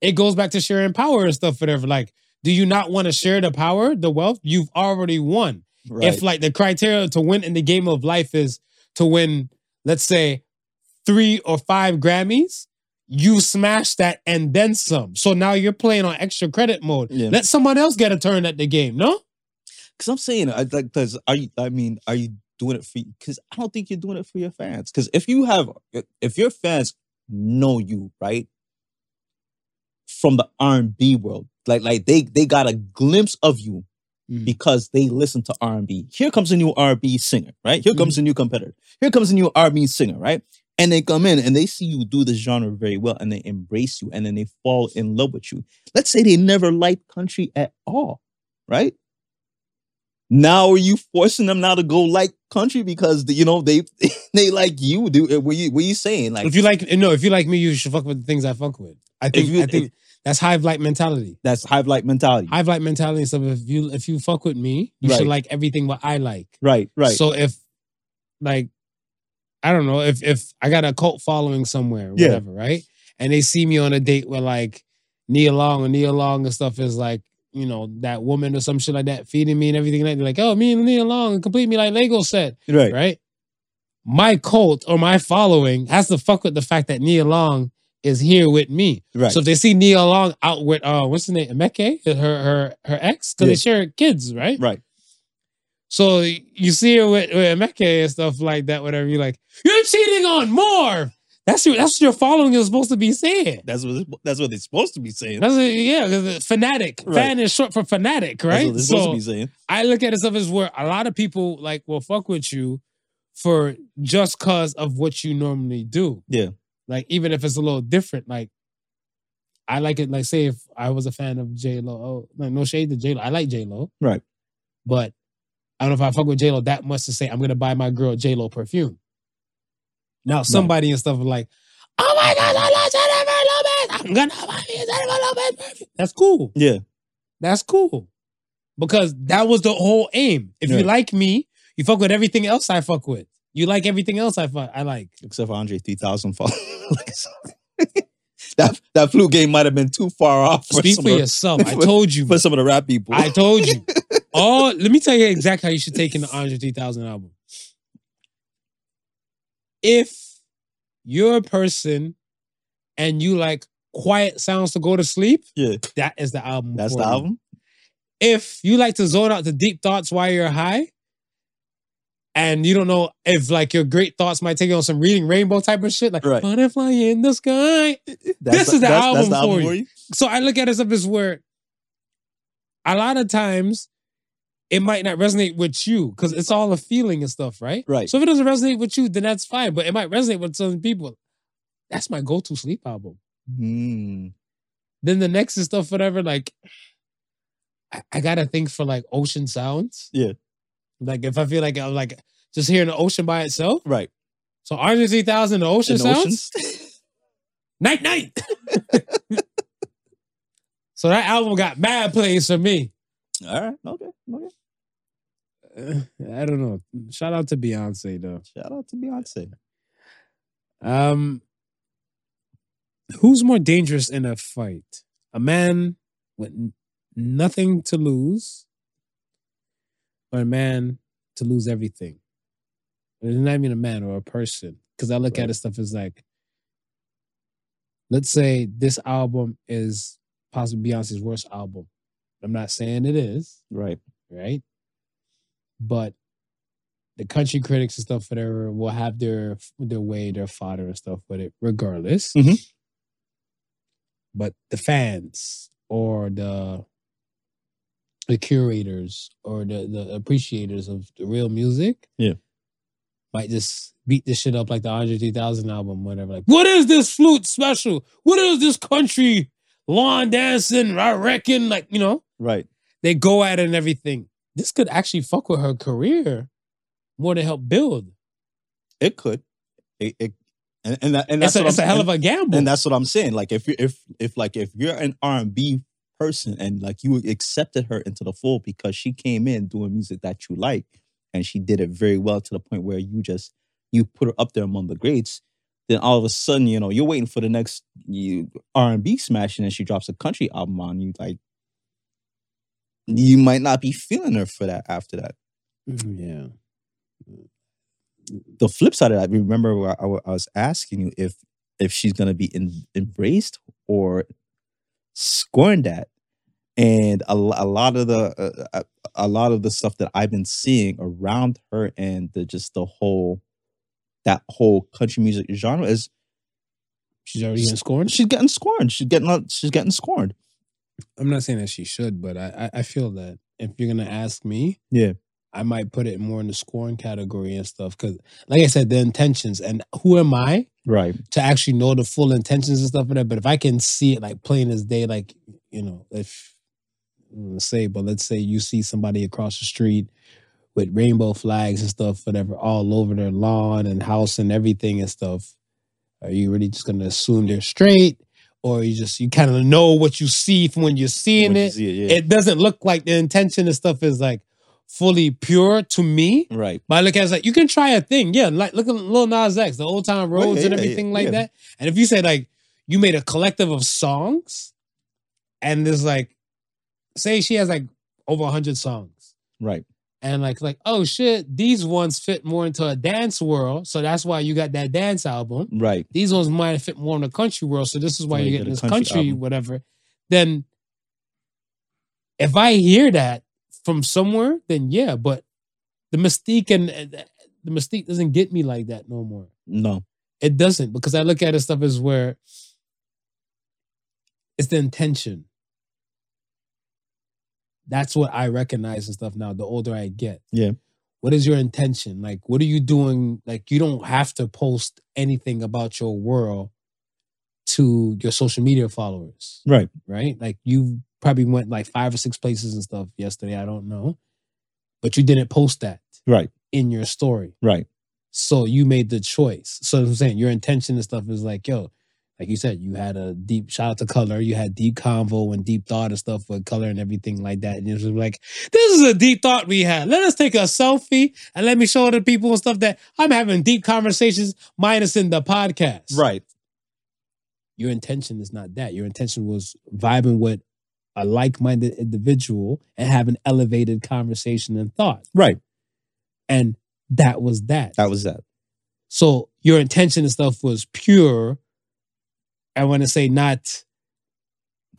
It goes back to sharing power and stuff, whatever. Like, do you not want to share the power, the wealth you've already won?
Right.
If like the criteria to win in the game of life is to win, let's say, three or five Grammys, you smash that and then some. So now you're playing on extra credit mode.
Yeah.
Let someone else get a turn at the game. No,
Because I'm saying, I like, because are you? I mean, are you doing it for? Because I don't think you're doing it for your fans. Because if you have, if your fans know you right from the R and B world, like, like they they got a glimpse of you
Mm.
because they listen to R and B. Here comes a new R and B singer, right? Here comes a new competitor. Here comes a new R and B singer, right? And they come in and they see you do this genre very well, and they embrace you, and then they fall in love with you. Let's say they never liked country at all, right? Now are you forcing them now to go like country because you know they they like you? Do what you what you saying? Like
if you like, no, if you like me, you should fuck with the things I fuck with. I think
you-
I think that's hive like mentality.
that's hive like mentality,
Hive like mentality and stuff. If you if you fuck with me, you should
Right.
like everything what I like.
right? Right.
So if like I don't know if if I got a cult following somewhere,
Yeah.
whatever, right? And they see me on a date with like Nia Long and Nia Long and stuff is like you know that woman or some shit like that feeding me and everything like that. They're like, oh, me and Nia Long complete me like Lego set
right.
right? My cult or my following has to fuck with the fact that Nia Long is here with me.
Right.
So if they see Nia Long out with uh what's the name? Emeke, her her her ex, because
Yeah.
they share kids, right?
Right.
So you see her with, with Emeke and stuff like that, whatever, you're like, you're cheating on more. That's your that's what your following is supposed to be saying.
That's what that's what they're supposed to be saying.
That's a, yeah, 'cause it's fanatic.
Right.
Fan is short for fanatic, right?
That's
So-
what they're supposed to be saying.
I look at it stuff as where a lot of people like will fuck with you for just cause of what you normally do.
Yeah.
Like even if it's a little different, like I like it. Like say if I was a fan of J Lo, oh, like no shade to J Lo, I like J Lo,
Right.
But I don't know if I fuck with J Lo that much to say I'm gonna buy my girl J Lo perfume. Now somebody and stuff are like, oh my god, I love Jennifer Lopez. I'm gonna buy me a Jennifer Lopez perfume. That's cool.
Yeah.
That's cool. Because that was the whole aim. If you
Right.
like me, you fuck with everything else I fuck with. You like everything else I fuck I like.
Except for Andre 3000 fall. that that flu game might have been too far off for
Speak
some,
for
of,
yourself. I told you.
for some of the rap people.
I told you. Oh, let me tell you exactly how you should take in the Andre 3000 album. If you're a person and you like quiet sounds to go to sleep,
yeah,
that is the album.
that's
for
the
you.
album.
if you like to zone out to deep thoughts while you're high, and you don't know if like your great thoughts might take you on some reading rainbow type of shit, like
Right.
butterfly in the sky.
That's
This is the album for you. So I look at it as if it's where a lot of times it might not resonate with you because it's all a feeling and stuff, right?
Right.
So if it doesn't resonate with you, then that's fine. But it might resonate with some people. That's my go-to sleep album.
Mm,
Then the next is stuff, whatever. Like, I, I gotta think for like ocean sounds.
Yeah.
Like if I feel like I'm like just hearing the ocean by itself.
right.
So Orange Three Thousand, the ocean
And
sounds.
Oceans.
Night night. so that album got mad plays for me.
All right. Okay. Okay.
I don't know. Shout out to Beyonce though.
Shout out to Beyonce.
Um, who's more dangerous in a fight? A man with n- nothing to lose or a man to lose everything? It's not even a man or a person. Because I look at
Right.
it stuff as like, let's say this album is possibly Beyonce's worst album. I'm not saying it is,
Right.
right? But the country critics and stuff, whatever, will have their their way, their fodder and stuff with it, regardless.
Mhm.
But the fans or the the curators or the the appreciators of the real music,
Yeah.
might just beat this shit up like the Andre 3000 album, whatever. Like, what is this flute special? What is this country lawn dancing? I reckon, like you know
Right.
they go at it and everything. This could actually fuck with her career more to help build.
It could. It, it and and, that, and
It's
that's
a,
what
it's a
I'm-
hell
and-
of a gamble.
and that's what I'm saying. Like if you if if like if you're an R and B person and like you accepted her into the fold because she came in doing music that you like and she did it very well to the point where you just you put her up there among the greats, then all of a sudden you know you're waiting for the next you R and B smash and then she drops a country album on you like you might not be feeling her for that after that
Mm, yeah.
the flip side of that, remember where I, wa- I was asking you if if she's gonna be in, embraced or scorned at, and a, lo- a lot of the uh, a, a lot of the stuff that I've been seeing around her and the just the whole that whole country music genre is
She's already getting scorned.
she's getting scorned. She's getting she's getting scorned.
I'm not saying that she should, but I, I, I feel that if you're gonna ask me,
Yeah.
I might put it more in the scoring category and stuff. Cause like I said, the intentions and who am I
Right.
to actually know the full intentions and stuff of that? But if I can see it like plain as day, like you know, if I don't wanna say, but let's say you see somebody across the street with rainbow flags and stuff, whatever, all over their lawn and house and everything and stuff. Are you really just gonna assume they're straight? Or you just you kind of know what you see from when you're seeing
When you
it.
see it, yeah.
It doesn't look like the intention and stuff is like fully pure to me.
right.
But I look at it as like you can try a thing. Yeah, like look at Lil Nas X, the old time roads
Oh, yeah,
and
yeah,
everything
yeah,
like
yeah.
that. And if you say like you made a collective of songs, and there's like say she has like over hundred songs
Right.
and like like oh shit these ones fit more into a dance world so that's why you got that dance album
Right.
these ones might fit more in the country world so this is why
Why
you're
you get
getting this
a country
country,
album.
whatever then if i hear that from somewhere then yeah but the mystique and and the mystique doesn't get me like that no more
No.
it doesn't because i look at it stuff as where it's the intention that's what i recognize and stuff now the older i get
Yeah.
what is your intention like what are you doing like you don't have to post anything about your world to your social media followers
Right.
right like you probably went like five or six places and stuff yesterday i don't know but you didn't post that
Right.
in your story
Right.
so you made the choice. So I'm saying your intention and stuff is like, yo, like you said, you had a deep shout out to color, you had deep convo and deep thought and stuff with color and everything like that. And it was like, this is a deep thought we had. Let us take a selfie and let me show the people and stuff that I'm having deep conversations, minus in the podcast.
Right.
Your intention is not that. Your intention was vibing with a like-minded individual and have an elevated conversation and thought.
Right.
And that was that.
That was that.
So your intention and stuff was pure. I want to say not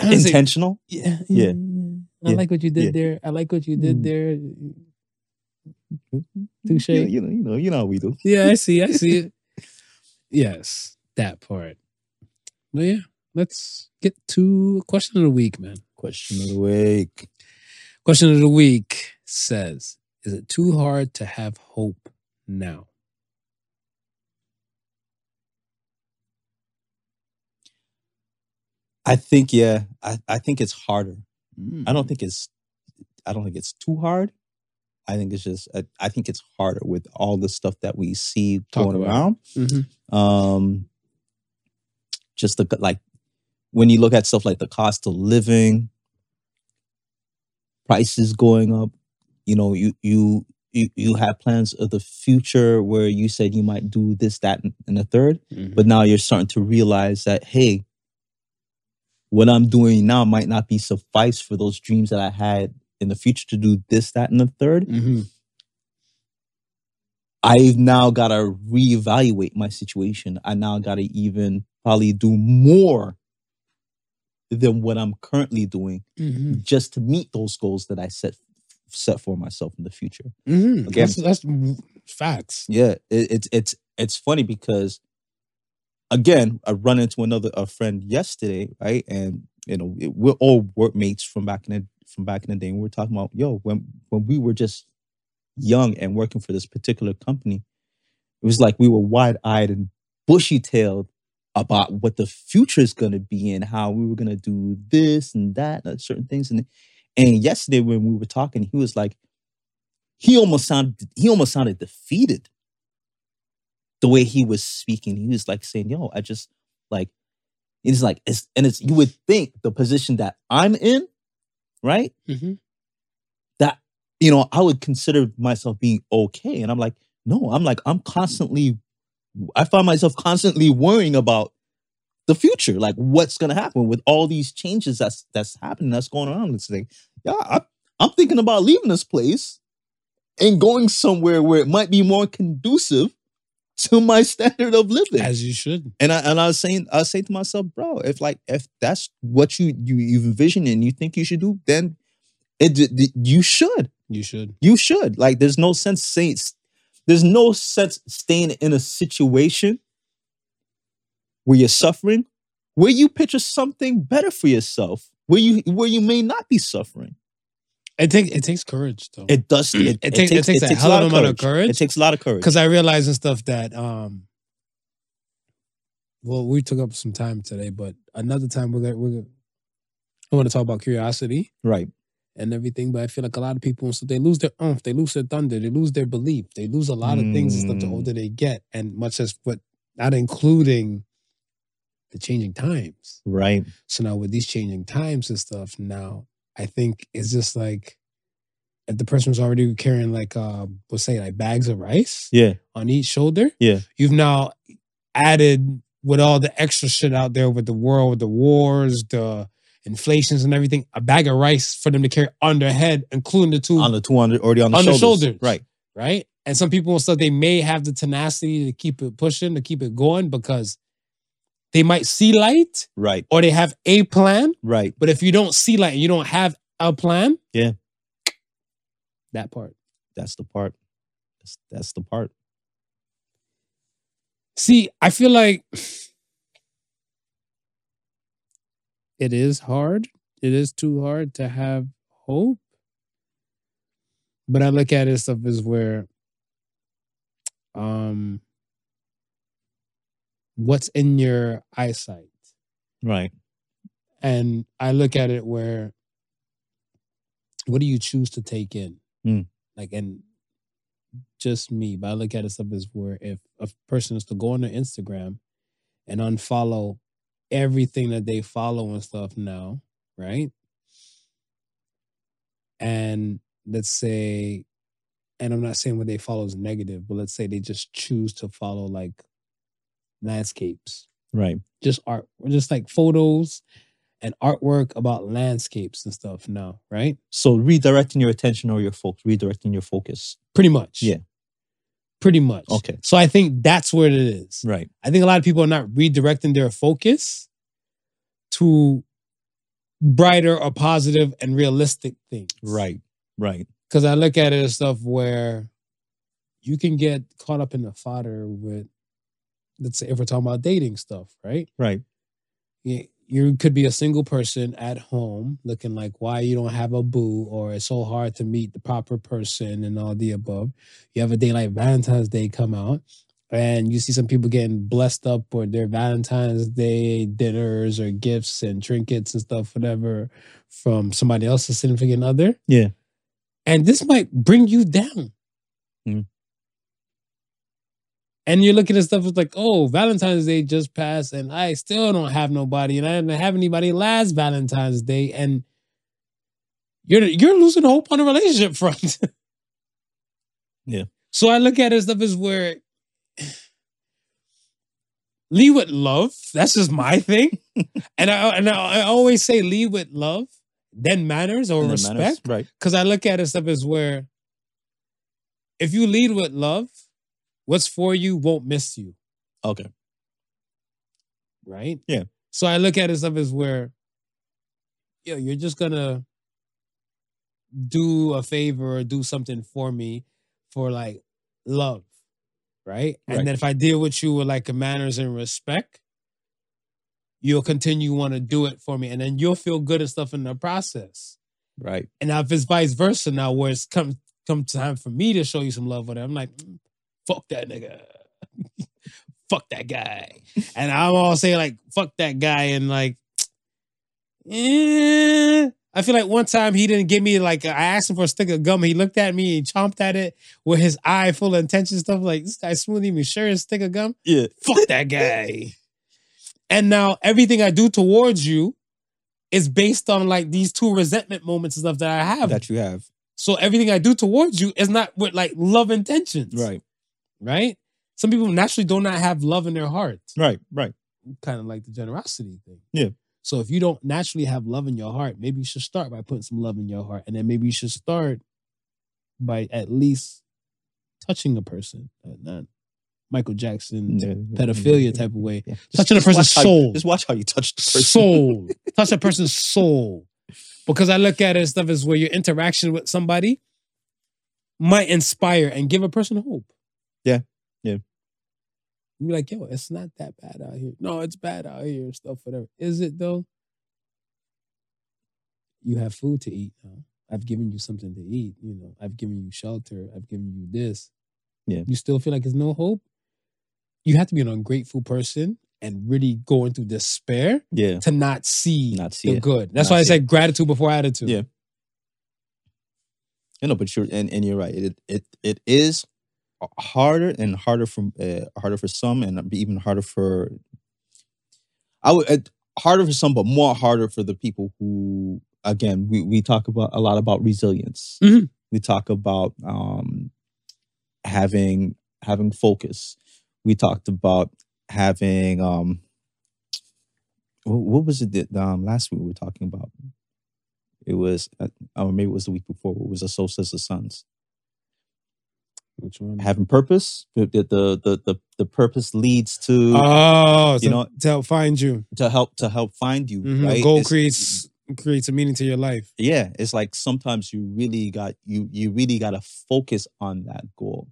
I wanna say-
Intentional.
yeah,
Yeah.
I
Yeah.
like what you did
Yeah.
there. I like what you did
Mm.
there. Touche.
You, you know. You know. You know how we do.
Yeah, I see. I see it. yes, that part. But yeah, let's get to question of the week, man.
Question of the week.
Question of the week says, "Is it too hard to have hope now?"
I think yeah. I, I think it's harder. I
Mm-hmm.
don't think it's I don't think it's too hard. I think it's just I, I think it's harder with all the stuff that we see
Talk
going
about it.
around.
Mhm.
Um just the like when you look at stuff like the cost of living, prices going up, you know, you you you, you have plans of the future where you said you might do this, that, and- and the third.
Mhm.
but now you're starting to realize that hey what I'm doing now might not be suffice for those dreams that I had in the future to do this, that, and the third.
Mm-hmm.
I've now got to reevaluate my situation. I now got to even probably do more than what I'm currently doing
Mm-hmm.
just to meet those goals that I set set for myself in the future.
Mm-hmm.
Again.
That's, that's mm, facts.
Yeah, it, it's it's it's funny because again, I run into another a friend yesterday, right? And you know, it- we're all workmates from back in the from back in the day. And we were talking about, yo, when when we were just young and working for this particular company, it was like we were wide eyed and bushy tailed about what the future is going to be and how we were going to do this and that and certain things. And and yesterday when we were talking, he was like, he almost sounded he almost sounded defeated the way he was speaking he was like saying yo i just like it's like it's and it's you would think the position that i'm in right
Mm-hmm.
that you know i would consider myself being okay and i'm like no i'm like i'm constantly i find myself constantly worrying about the future like what's going to happen with all these changes that's that's happening that's going on it's like yeah I, i'm thinking about leaving this place and going somewhere where it might be more conducive to my standard of living
As you should.
and I and I was saying, I was saying to myself, bro, if like if that's what you you you envision and you think you should do, then it, d- d- you should
You should.
you should like there's no sense saying there's no sense staying in a situation where you're suffering, where you picture something better for yourself, where you where you may not be suffering.
It takes it takes courage though.
It does. It,
Mm. It takes- it takes a hell of
lot
amount of courage.
It takes a lot of courage.
because I realized and stuff that um well we took up some time today, but another time we're gonna, we're gonna I want to talk about curiosity
Right.
and everything, but I feel like a lot of people so they lose their oomph, they lose their thunder, they lose their belief, they lose a lot of things and stuff the
Mm.
older they get, and much as but not including the changing times.
Right.
So now with these changing times and stuff, now I think it's just like if the person was already carrying like um let's say like bags of rice
Yeah.
on each shoulder.
Yeah.
You've now added with all the extra shit out there with the world, with the wars, the inflations and everything, a bag of rice for them to carry on their head, including the two,
On the two hundred already on the
On the
shoulders.
shoulders.
Right.
right? And some people and stuff, they may have the tenacity to keep it pushing, to keep it going because they might see light
Right.
or they have a plan.
Right.
But if you don't see light and you don't have a plan,
Yeah.
That part.
That's the part. That's that's the part.
See, I feel like it is hard. It is too hard to have hope. But I look at it stuff as where um what's in your eyesight.
Right.
And I look at it where what do you choose to take in?
Hmm.
Like and just me, but I look at it stuff as where if a person is to go on their Instagram and unfollow everything that they follow and stuff now, right? And let's say, and I'm not saying what they follow is negative, but let's say they just choose to follow like landscapes
Right.
just art, just like photos and artwork about landscapes and stuff now, right?
So redirecting your attention or your focus, redirecting your focus.
Pretty much.
Yeah.
Pretty much.
Okay.
So I think that's what it is.
Right.
I think a lot of people are not redirecting their focus to brighter or positive and realistic things.
Right. Right.
Because I look at it as stuff where you can get caught up in the fodder with, let's say, if we're talking about dating stuff, right?
Right.
you, you could be a single person at home looking like why you don't have a boo or it's so hard to meet the proper person and all the above. You have a day like Valentine's Day come out and you see some people getting blessed up for their Valentine's Day dinners or gifts and trinkets and stuff, whatever, from somebody else's significant other.
Yeah.
And this might bring you down. Hmm.
Mm.
And you're looking at stuff it's like, oh, Valentine's Day just passed, and I still don't have nobody, and I didn't have anybody last Valentine's Day, and you're you're losing hope on the relationship front.
Yeah.
So I look at it as stuff as where lead with love. That's just my thing. and I and I, I always say lead with love, then manners or
And it matters.
respect.
Right.
Because I look at it stuff as where if you lead with love, what's for you won't miss you.
Okay.
right?
Yeah.
So I look at it stuff as where, yo, you're just gonna do a favor or do something for me for like love, right?
Right.
And then if I deal with you with like manners and respect, you'll continue want to do it for me, and then you'll feel good and stuff in the process.
Right.
And now if it's vice versa, now where it's come come time for me to show you some love, with it, I'm like, "Mm, fuck that nigga, fuck that guy, and I'm all saying like, fuck that guy, and like, eh. I feel like one time he didn't give me like I asked him for a stick of gum, he looked at me and chomped at it with his eye full of intention stuff. Like this guy smoothie me sure is stick of gum
Yeah.
fuck that guy. And now everything I do towards you is based on like these two resentment moments and stuff that I have.
That you have.
so everything I do towards you is not with like love intentions.
Right.
Right? Some people naturally do not have love in their heart.
Right. Right.
Kind of like the generosity thing.
Yeah.
So if you don't naturally have love in your heart, maybe you should start by putting some love in your heart. And then maybe you should start by at least touching a person. Uh, Not Michael Jackson
Yeah.
pedophilia type of way.
Yeah.
Touching a person's
watch how you-
soul.
just watch how you touch the person.
soul. Touch a person's soul. Because I look at it as stuff as where your interaction with somebody might inspire and give a person hope.
Yeah. Yeah.
You be like, yo, it's not that bad out here. No, it's bad out here and stuff, whatever. Is it though? You have food to eat now. I've given you something to eat, you know. I've given you shelter. I've given you this.
Yeah.
You still feel like there's no hope? You have to be an ungrateful person and really go into despair
Yeah.
to not see,
Not see
the
it.
good. That's
Not
why I
see
said gratitude before attitude.
Yeah. You know, but you're and, and you're right. It it it is harder and harder for uh, harder for some, and even harder for I would uh, harder for some, but more harder for the people who again we we talk about a lot about resilience.
Mhm.
We talk about um having having focus. We talked about having um wh- what was it that um last week we were talking about? It was uh, or maybe it was the week before. It was the solstice of suns
Which one?
having purpose. The the the the, the, the purpose leads to
Oh,
You
you
know-
know, to help find you.
to help to help find you.
Mhm.
Right?
Goal
It's-
creates creates a meaning to your life.
Yeah, it's like sometimes you really got you you really got to focus on that goal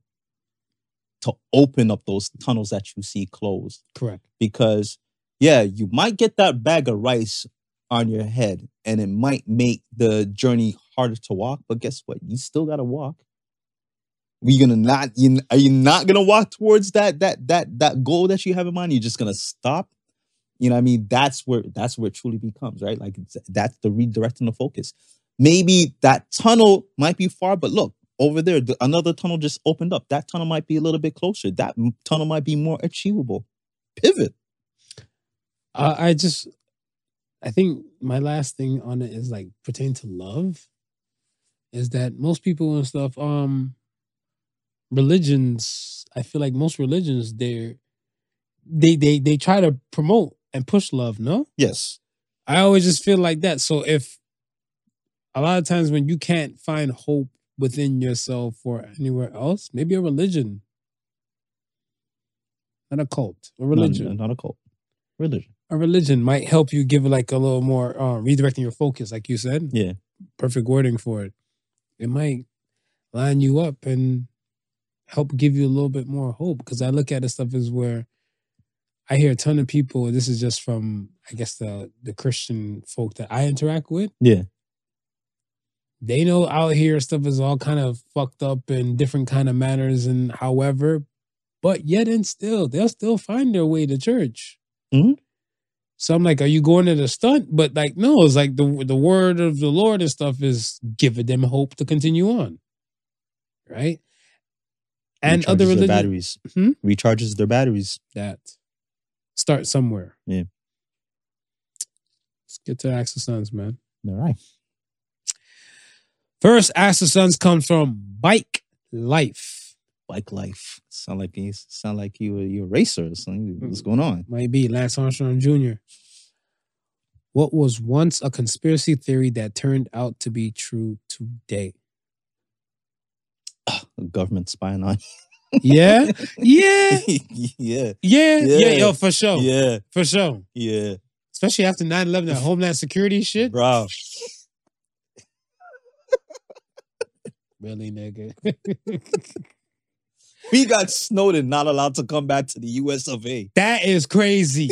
to open up those tunnels that you see closed.
Correct.
because yeah, you might get that bag of rice on your head and it might make the journey harder to walk, but guess what? You still gotta walk. Are gonna not you are you not gonna walk towards that that that that goal that you have in mind? You're just gonna stop. You know what I mean? That's where that's where it truly becomes, right? Like it's, that's the redirecting the focus. Maybe that tunnel might be far, but look, over there, the, another tunnel just opened up. That tunnel might be a little bit closer. That m- tunnel might be more achievable. Pivot.
Uh, I just, I think my last thing on it is like pertain to love, is that most people and stuff, um, religions. I feel like most religions they they they they try to promote and push love. No,
Yes.
I always just feel like that. So if a lot of times when you can't find hope within yourself or anywhere else, maybe a religion, not a cult, a religion,
Not, not a cult. Religion.
a religion might help you give like a little more uh, redirecting your focus, like you said.
Yeah.
Perfect wording for it. It might line you up and help give you a little bit more hope. Because I look at it stuff as where I hear a ton of people. This is just from I guess the the Christian folk that I interact with.
Yeah.
They know out here stuff is all kind of fucked up in different kind of manners and however, but yet and still they'll still find their way to church.
Mhm.
So I'm like, are you going to the stunt? But like, no, it's like the the word of the Lord and stuff is giving them hope to continue on, right? And other
Recharges their
religions
batteries.
Hmm?
Recharges their batteries.
that start somewhere.
Yeah.
Let's get to Axe of Sons, man.
All right.
First, Axe of Sons comes from Bike Life.
Bike life. Sound like you sound like you you a racer or something.
Mm.
What's going on?
Might be Lance Armstrong Jr. What was once a conspiracy theory that turned out to be true today?
The government spying on
Yeah, yeah,
you. yeah.
yeah, yeah,
Yeah.
yo, for sure,
Yeah.
for sure.
Yeah.
Especially after 9-11, that Homeland Security shit.
Bro.
Really, nigga.
We got Snowden not allowed to come back to the US of A.
that is crazy.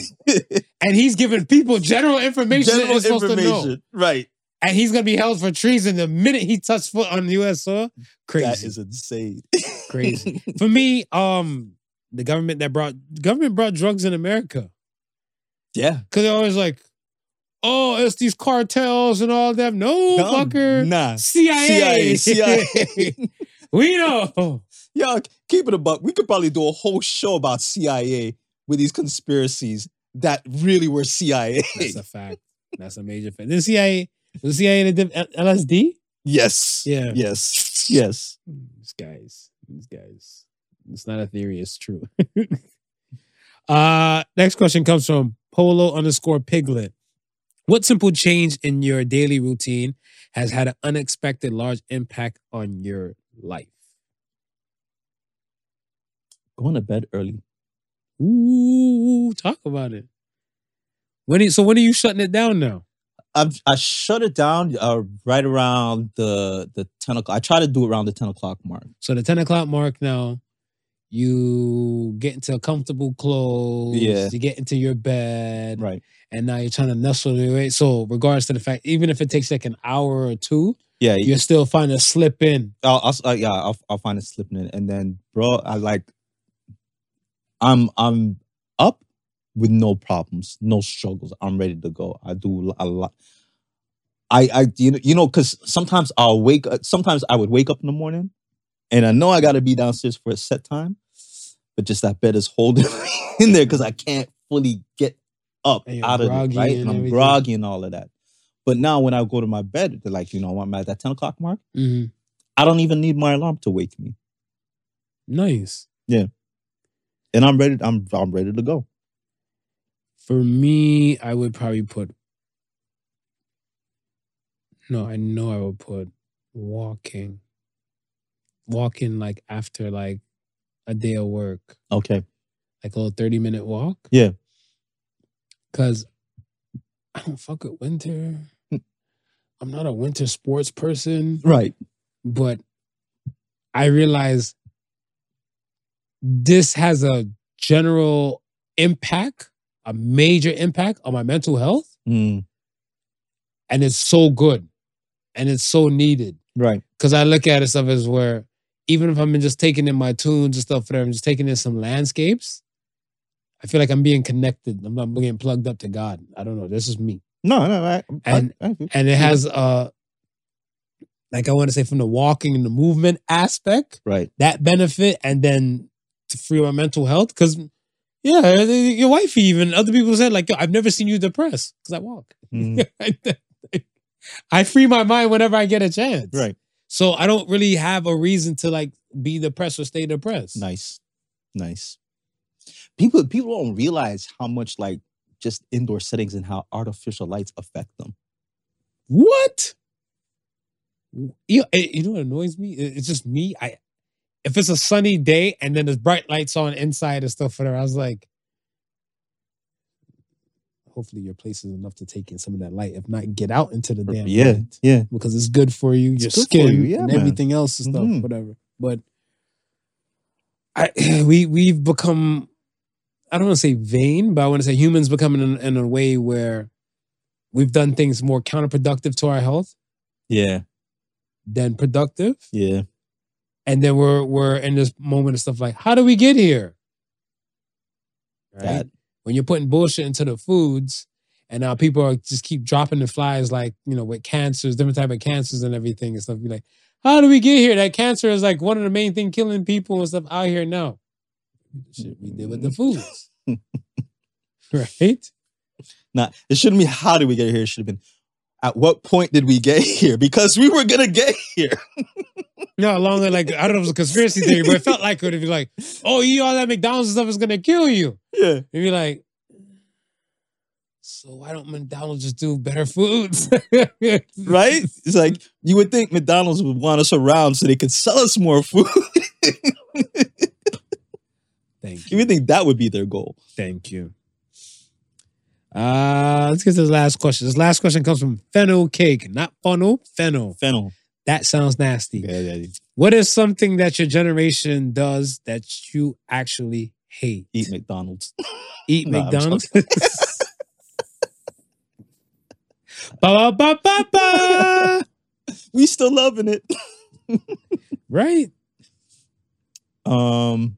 and he's giving people general information that they're supposed to know.
Right.
And he's gonna be held for treason the minute he touched foot on US soil. Crazy.
That is insane.
Crazy. for me, um, the government that brought government brought drugs in America.
yeah.
Cause they're always like, oh, it's these cartels and all them. No,
No,
fucker.
Nah.
CIA.
CIA. CIA.
we know.
Yo, keep it a buck. We could probably do a whole show about CIA with these conspiracies that really were CIA.
That's a fact. That's a major fact. The CIA, the CIA that did L- LSD?
yes.
Yeah.
Yes. Yes.
These guys. These guys. It's not a theory, it's true. uh next question comes from Polo underscore piglet. What simple change in your daily routine has had an unexpected large impact on your life?
Going to bed early.
Ooh, talk about it. When are you, so when are you shutting it down now?
I, I shut it down uh, right around the the ten o'clock. I try to do it around the ten o'clock mark.
So the 10 o'clock mark now, you get into comfortable clothes,
Yeah.
you get into your bed,
Right.
and now you're trying to nestle your way. So, regards to the fact, even if it takes like an hour or two,
Yeah.
you're still finding a slip in.
I'll, I'll s- uh, yeah, I'll, I'll find it slipping in, and then, bro, I like, I'm I'm up with no problems, no struggles. I'm ready to go. I do a lot. I I you know you know because sometimes I'll wake. up- Sometimes I would wake up in the morning, and I know I got to be downstairs for a set time, but just that bed is holding me in there because I can't fully get up
And you're
out of
groggy
it, right?
and
And I'm
everything.
groggy and all of that. But now when I go to my bed, they're like, you know, I'm at that ten o'clock mark.
Mhm.
I don't even need my alarm to wake me,
Nice.
and I'm ready. I'm I'm ready to go.
For me, I would probably put, no, I know I would put walking, walking like after like a day of work.
Okay.
like a little 30 minute walk.
Yeah.
Cause I don't fuck with winter. I'm not a winter sports person,
Right.
but I realize this has a general impact, a major impact on my mental health.
Mm,
And it's so good and it's so needed.
right.
Cause I look at it stuff as where even if I'm just taking in my tunes and stuff, whatever, I'm just taking in some landscapes. I feel like I'm being connected. I'm not getting plugged up to God. I don't know. This is me,
No. No. I, I-
And-
I-
and it has uh, like I want to say from the walking and the movement aspect
right.
that benefit, and then to free my mental health because. Yeah, your wife even other people said like, "Yo, I've never seen you depressed because I walk.
Mm,
I free my mind whenever I get a chance.
right.
So I don't really have a reason to like be depressed or stay depressed.
Nice. Nice. People people don't realize how much like just indoor settings and how artificial lights affect them.
What? You, eh, you know what annoys me? It- It's just me. I if it's a sunny day and then there's bright lights on inside and stuff whatever, I was like, hopefully your place is enough to take in some of that light. If not, get out into the damn
yeah.
light
Yeah.
because it's good for you, your
It's good for
skin,
you, yeah,
and
man.
everything else and stuff,
Mhm.
whatever. But I we we've become I don't want to say vain, but I want to say humans becoming in, in a way where we've done things more counterproductive to our health
Yeah.
than productive.
Yeah.
And then we're we're in this moment of stuff like, how do we get here? Right?
That.
when you're putting bullshit into the foods and now people are just keep dropping the flies like you know with cancers different type of cancers and everything and stuff you're like how do we get here that cancer is like one of the main thing killing people and stuff out here now shit we did with the foods right
Not. It shouldn't be. How did we get here? It should have been. at what point did we get here? Because we were gonna get here.
No, longer like I don't know if it was a conspiracy theory, but it felt like it would be like, oh, you eat all that McDonald's and stuff is gonna kill you.
Yeah.
You'd be like, so why don't McDonald's just do better foods?
Right? It's like you would think McDonald's would want us around so they could sell us more food.
Thank
you
you.
would think that would be their goal.
Thank you. Uh, let's get to this last question. This last question comes from Fennel Cake, not funnel, fennel.
Fennel.
That sounds nasty. What is something that your generation does that you actually hate?
Eat McDonald's.
Eat
Nah, I'm
McDonald's. ba, ba, ba, ba, ba.
we still loving it.
Right?
Um,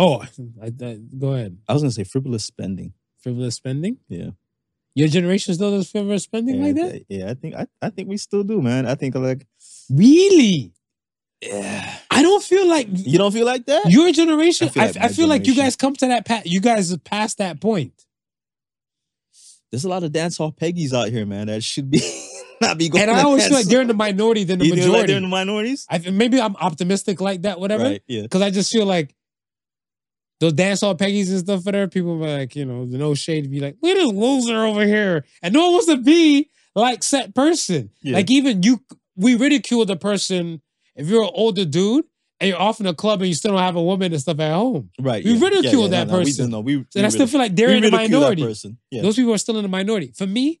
Oh, I, I- go ahead.
I was gonna say frivolous spending.
Frivolous spending.
Yeah.
Your generation still does frivolous spending
yeah,
like
I-
that.
I- yeah, I think I, I think we still do, man. I think like
Really?
yeah.
I don't feel like
You don't feel like that?
your generation. I feel,
I feel like
I,
my
feel like you
generation-
guys come to that. Pa- you guys have passed that point.
There's a lot of dance hall peggies out here, man. That should be not be going.
and I
to
always
dance
feel like
hall.
they're in the minority than the
You feel like
majority.
they're in the minorities.
I feel- maybe I'm optimistic like that, whatever.
Right. Yeah.
Because I just feel like those dance hall Peggy's and stuff for there, people be like, you know, the no shade be like, we're this loser over here. And no one wants to be like said person.
Yeah.
Like even you we ridicule the person if you're an older dude and you're off in a club and you still don't have a woman and stuff at home.
Right.
We
yeah. Yeah,
ridicule
yeah,
that
no, no, we-
person.
no, we,
So and I
we
still
ridicule-
feel like they're
we
in the
ridicule that
minority.
person. Yeah.
Those people are still in the minority. For me,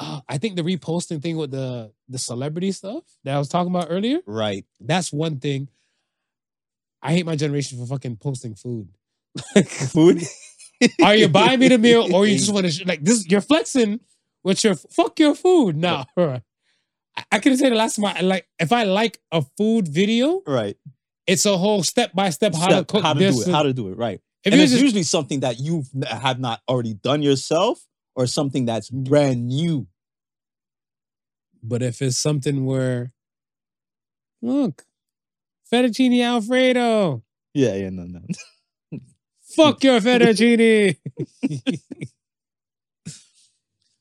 uh, I think the reposting thing with the the celebrity stuff that I was talking about earlier.
Right.
That's one thing. I hate my generation for fucking posting food.
Food.
Are you buying me the meal or you just want to sh- like this? You're flexing with your fuck your food. Nah, bruh. I, I couldn't say the last time I like if I like a food video,
Right.
it's a whole step by step how to
Step-
cook
how to
this.
do it.
and-
How to do it. Right.
if
and
you
it's
just
usually something that you have not already done yourself or something that's brand new.
But if it's something where, look, fettuccine alfredo,
Yeah, yeah, no, no.
fuck your fettuccine.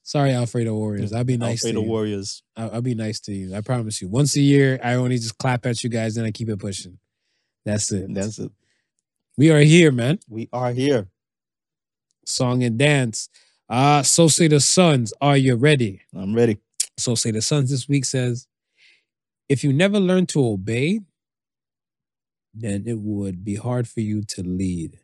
Sorry, Alfredo Warriors. I'll be nice
Alfredo
to you.
Warriors.
I'll, I'll be nice to you. I promise you. Once a year, I only just clap at you guys, and I keep it pushing. That's it.
That's it.
we are here, man.
We are here.
Song and dance. Uh, so say the sons. Are you ready?
I'm ready.
So say the sons this week says, if you never learn to obey, then it would be hard for you to lead.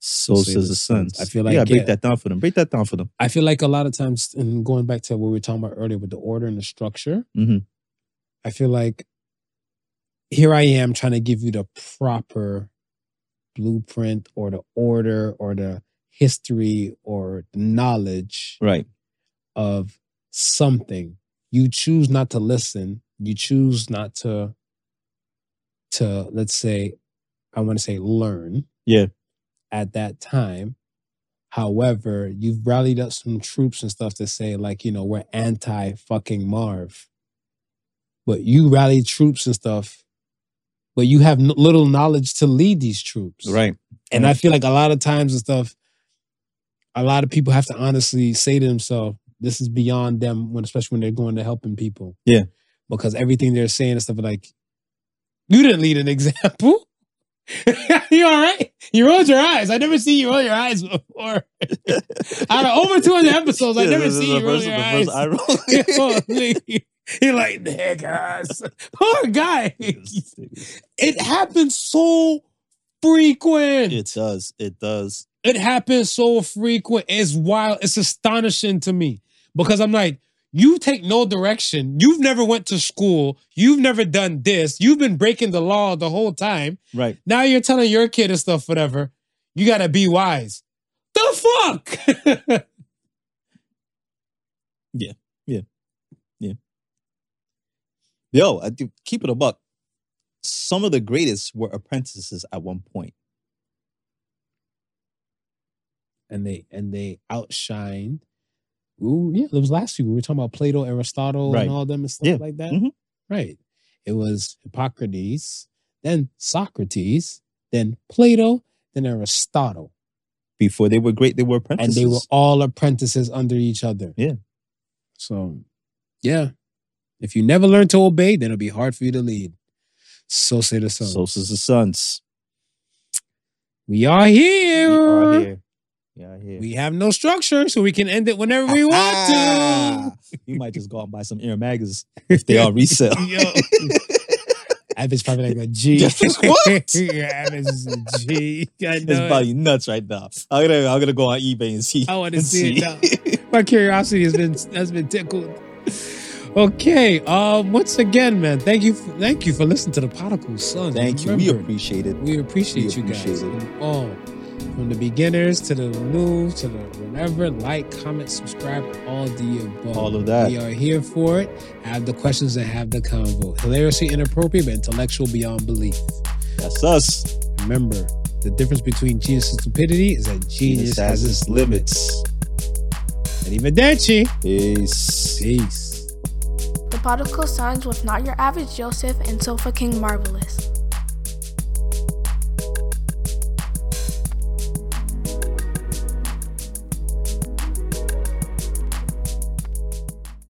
So
Say
says
the
the sons.
sons. I feel
you
like,
gotta break
yeah.
that down for them. Break that down for them.
I feel like a lot of times, and going back to what we were talking about earlier with the order and the structure,
Mhm.
I feel like here I am trying to give you the proper blueprint or the order or the history or the knowledge
Right.
of something. You choose not to listen. You choose not to, to let's say, I want to say learn.
Yeah.
At that time. However, you've rallied up some troops and stuff to say, like, you know, we're anti fucking Marv. But you rallied troops and stuff, but you have n- little knowledge to lead these troops.
Right.
And I feel like a lot of times and stuff, a lot of people have to honestly say to themselves, this is beyond them when especially when they're going to helping people.
Yeah.
Because everything they're saying and stuff are like, you didn't lead an example. you all right? You rolled your eyes. I never seen you roll your eyes before. Out of over 200 episodes, I
Yeah,
never
this is
seen
the
you roll
first-
your
the
eyes.
first eye roll.
You're like, niggas. Poor guy. It happens so frequent.
It does. It does.
It happens so frequent. It's wild. It's astonishing to me because I'm like, you take no direction. You've never went to school. You've never done this. You've been breaking the law the whole time.
Right.
Now you're telling your kid and stuff, whatever. You gotta be wise. The fuck.
Yo, I do keep it a buck. Some of the greatest were apprentices at one point.
and they and they outshined. Ooh, yeah, it was last week. We were talking about Plato, Aristotle,
Right.
and all them and stuff
Yeah.
like that.
Mhm.
Right. It was Hippocrates, then Socrates, then Plato, then Aristotle.
Before they were great, they were
and
apprentices.
they were all apprentices under each other.
Yeah.
So, yeah. If you never learn to obey, then it'll be hard for you to lead. So say the sun.
so says the sons.
we are here.
We are here. We are here.
We have no structure, so we can end it whenever we want to.
Ah, You might just go out and buy some Air Magas if they are resale.
Yo. Average probably like a G.
What?
Average is a G. I
It's
know.
probably nuts right now. I'm gonna I'm gonna go on eBay and see.
I want to
and
see it now. My curiosity has been has been tickled. Okay. Um. Once again, man, thank you, for, thank you for listening to the Particle Sons.
Thank you. We
Remember,
appreciate it.
we appreciate
we
you guys.
appreciate it.
from All from the beginners to the new to the whatever. Like, comment, subscribe, all the above.
All of that.
We are here for it. Have the questions and have the convo. Hilariously inappropriate, but intellectual beyond belief.
That's us.
Remember, the difference between genius and stupidity is that genius
Genius
has its
limits.
Arrivederci.
Peace.
Peace.
The Particle Sons with Not Your Average Joseph and Sofa King Marvelous.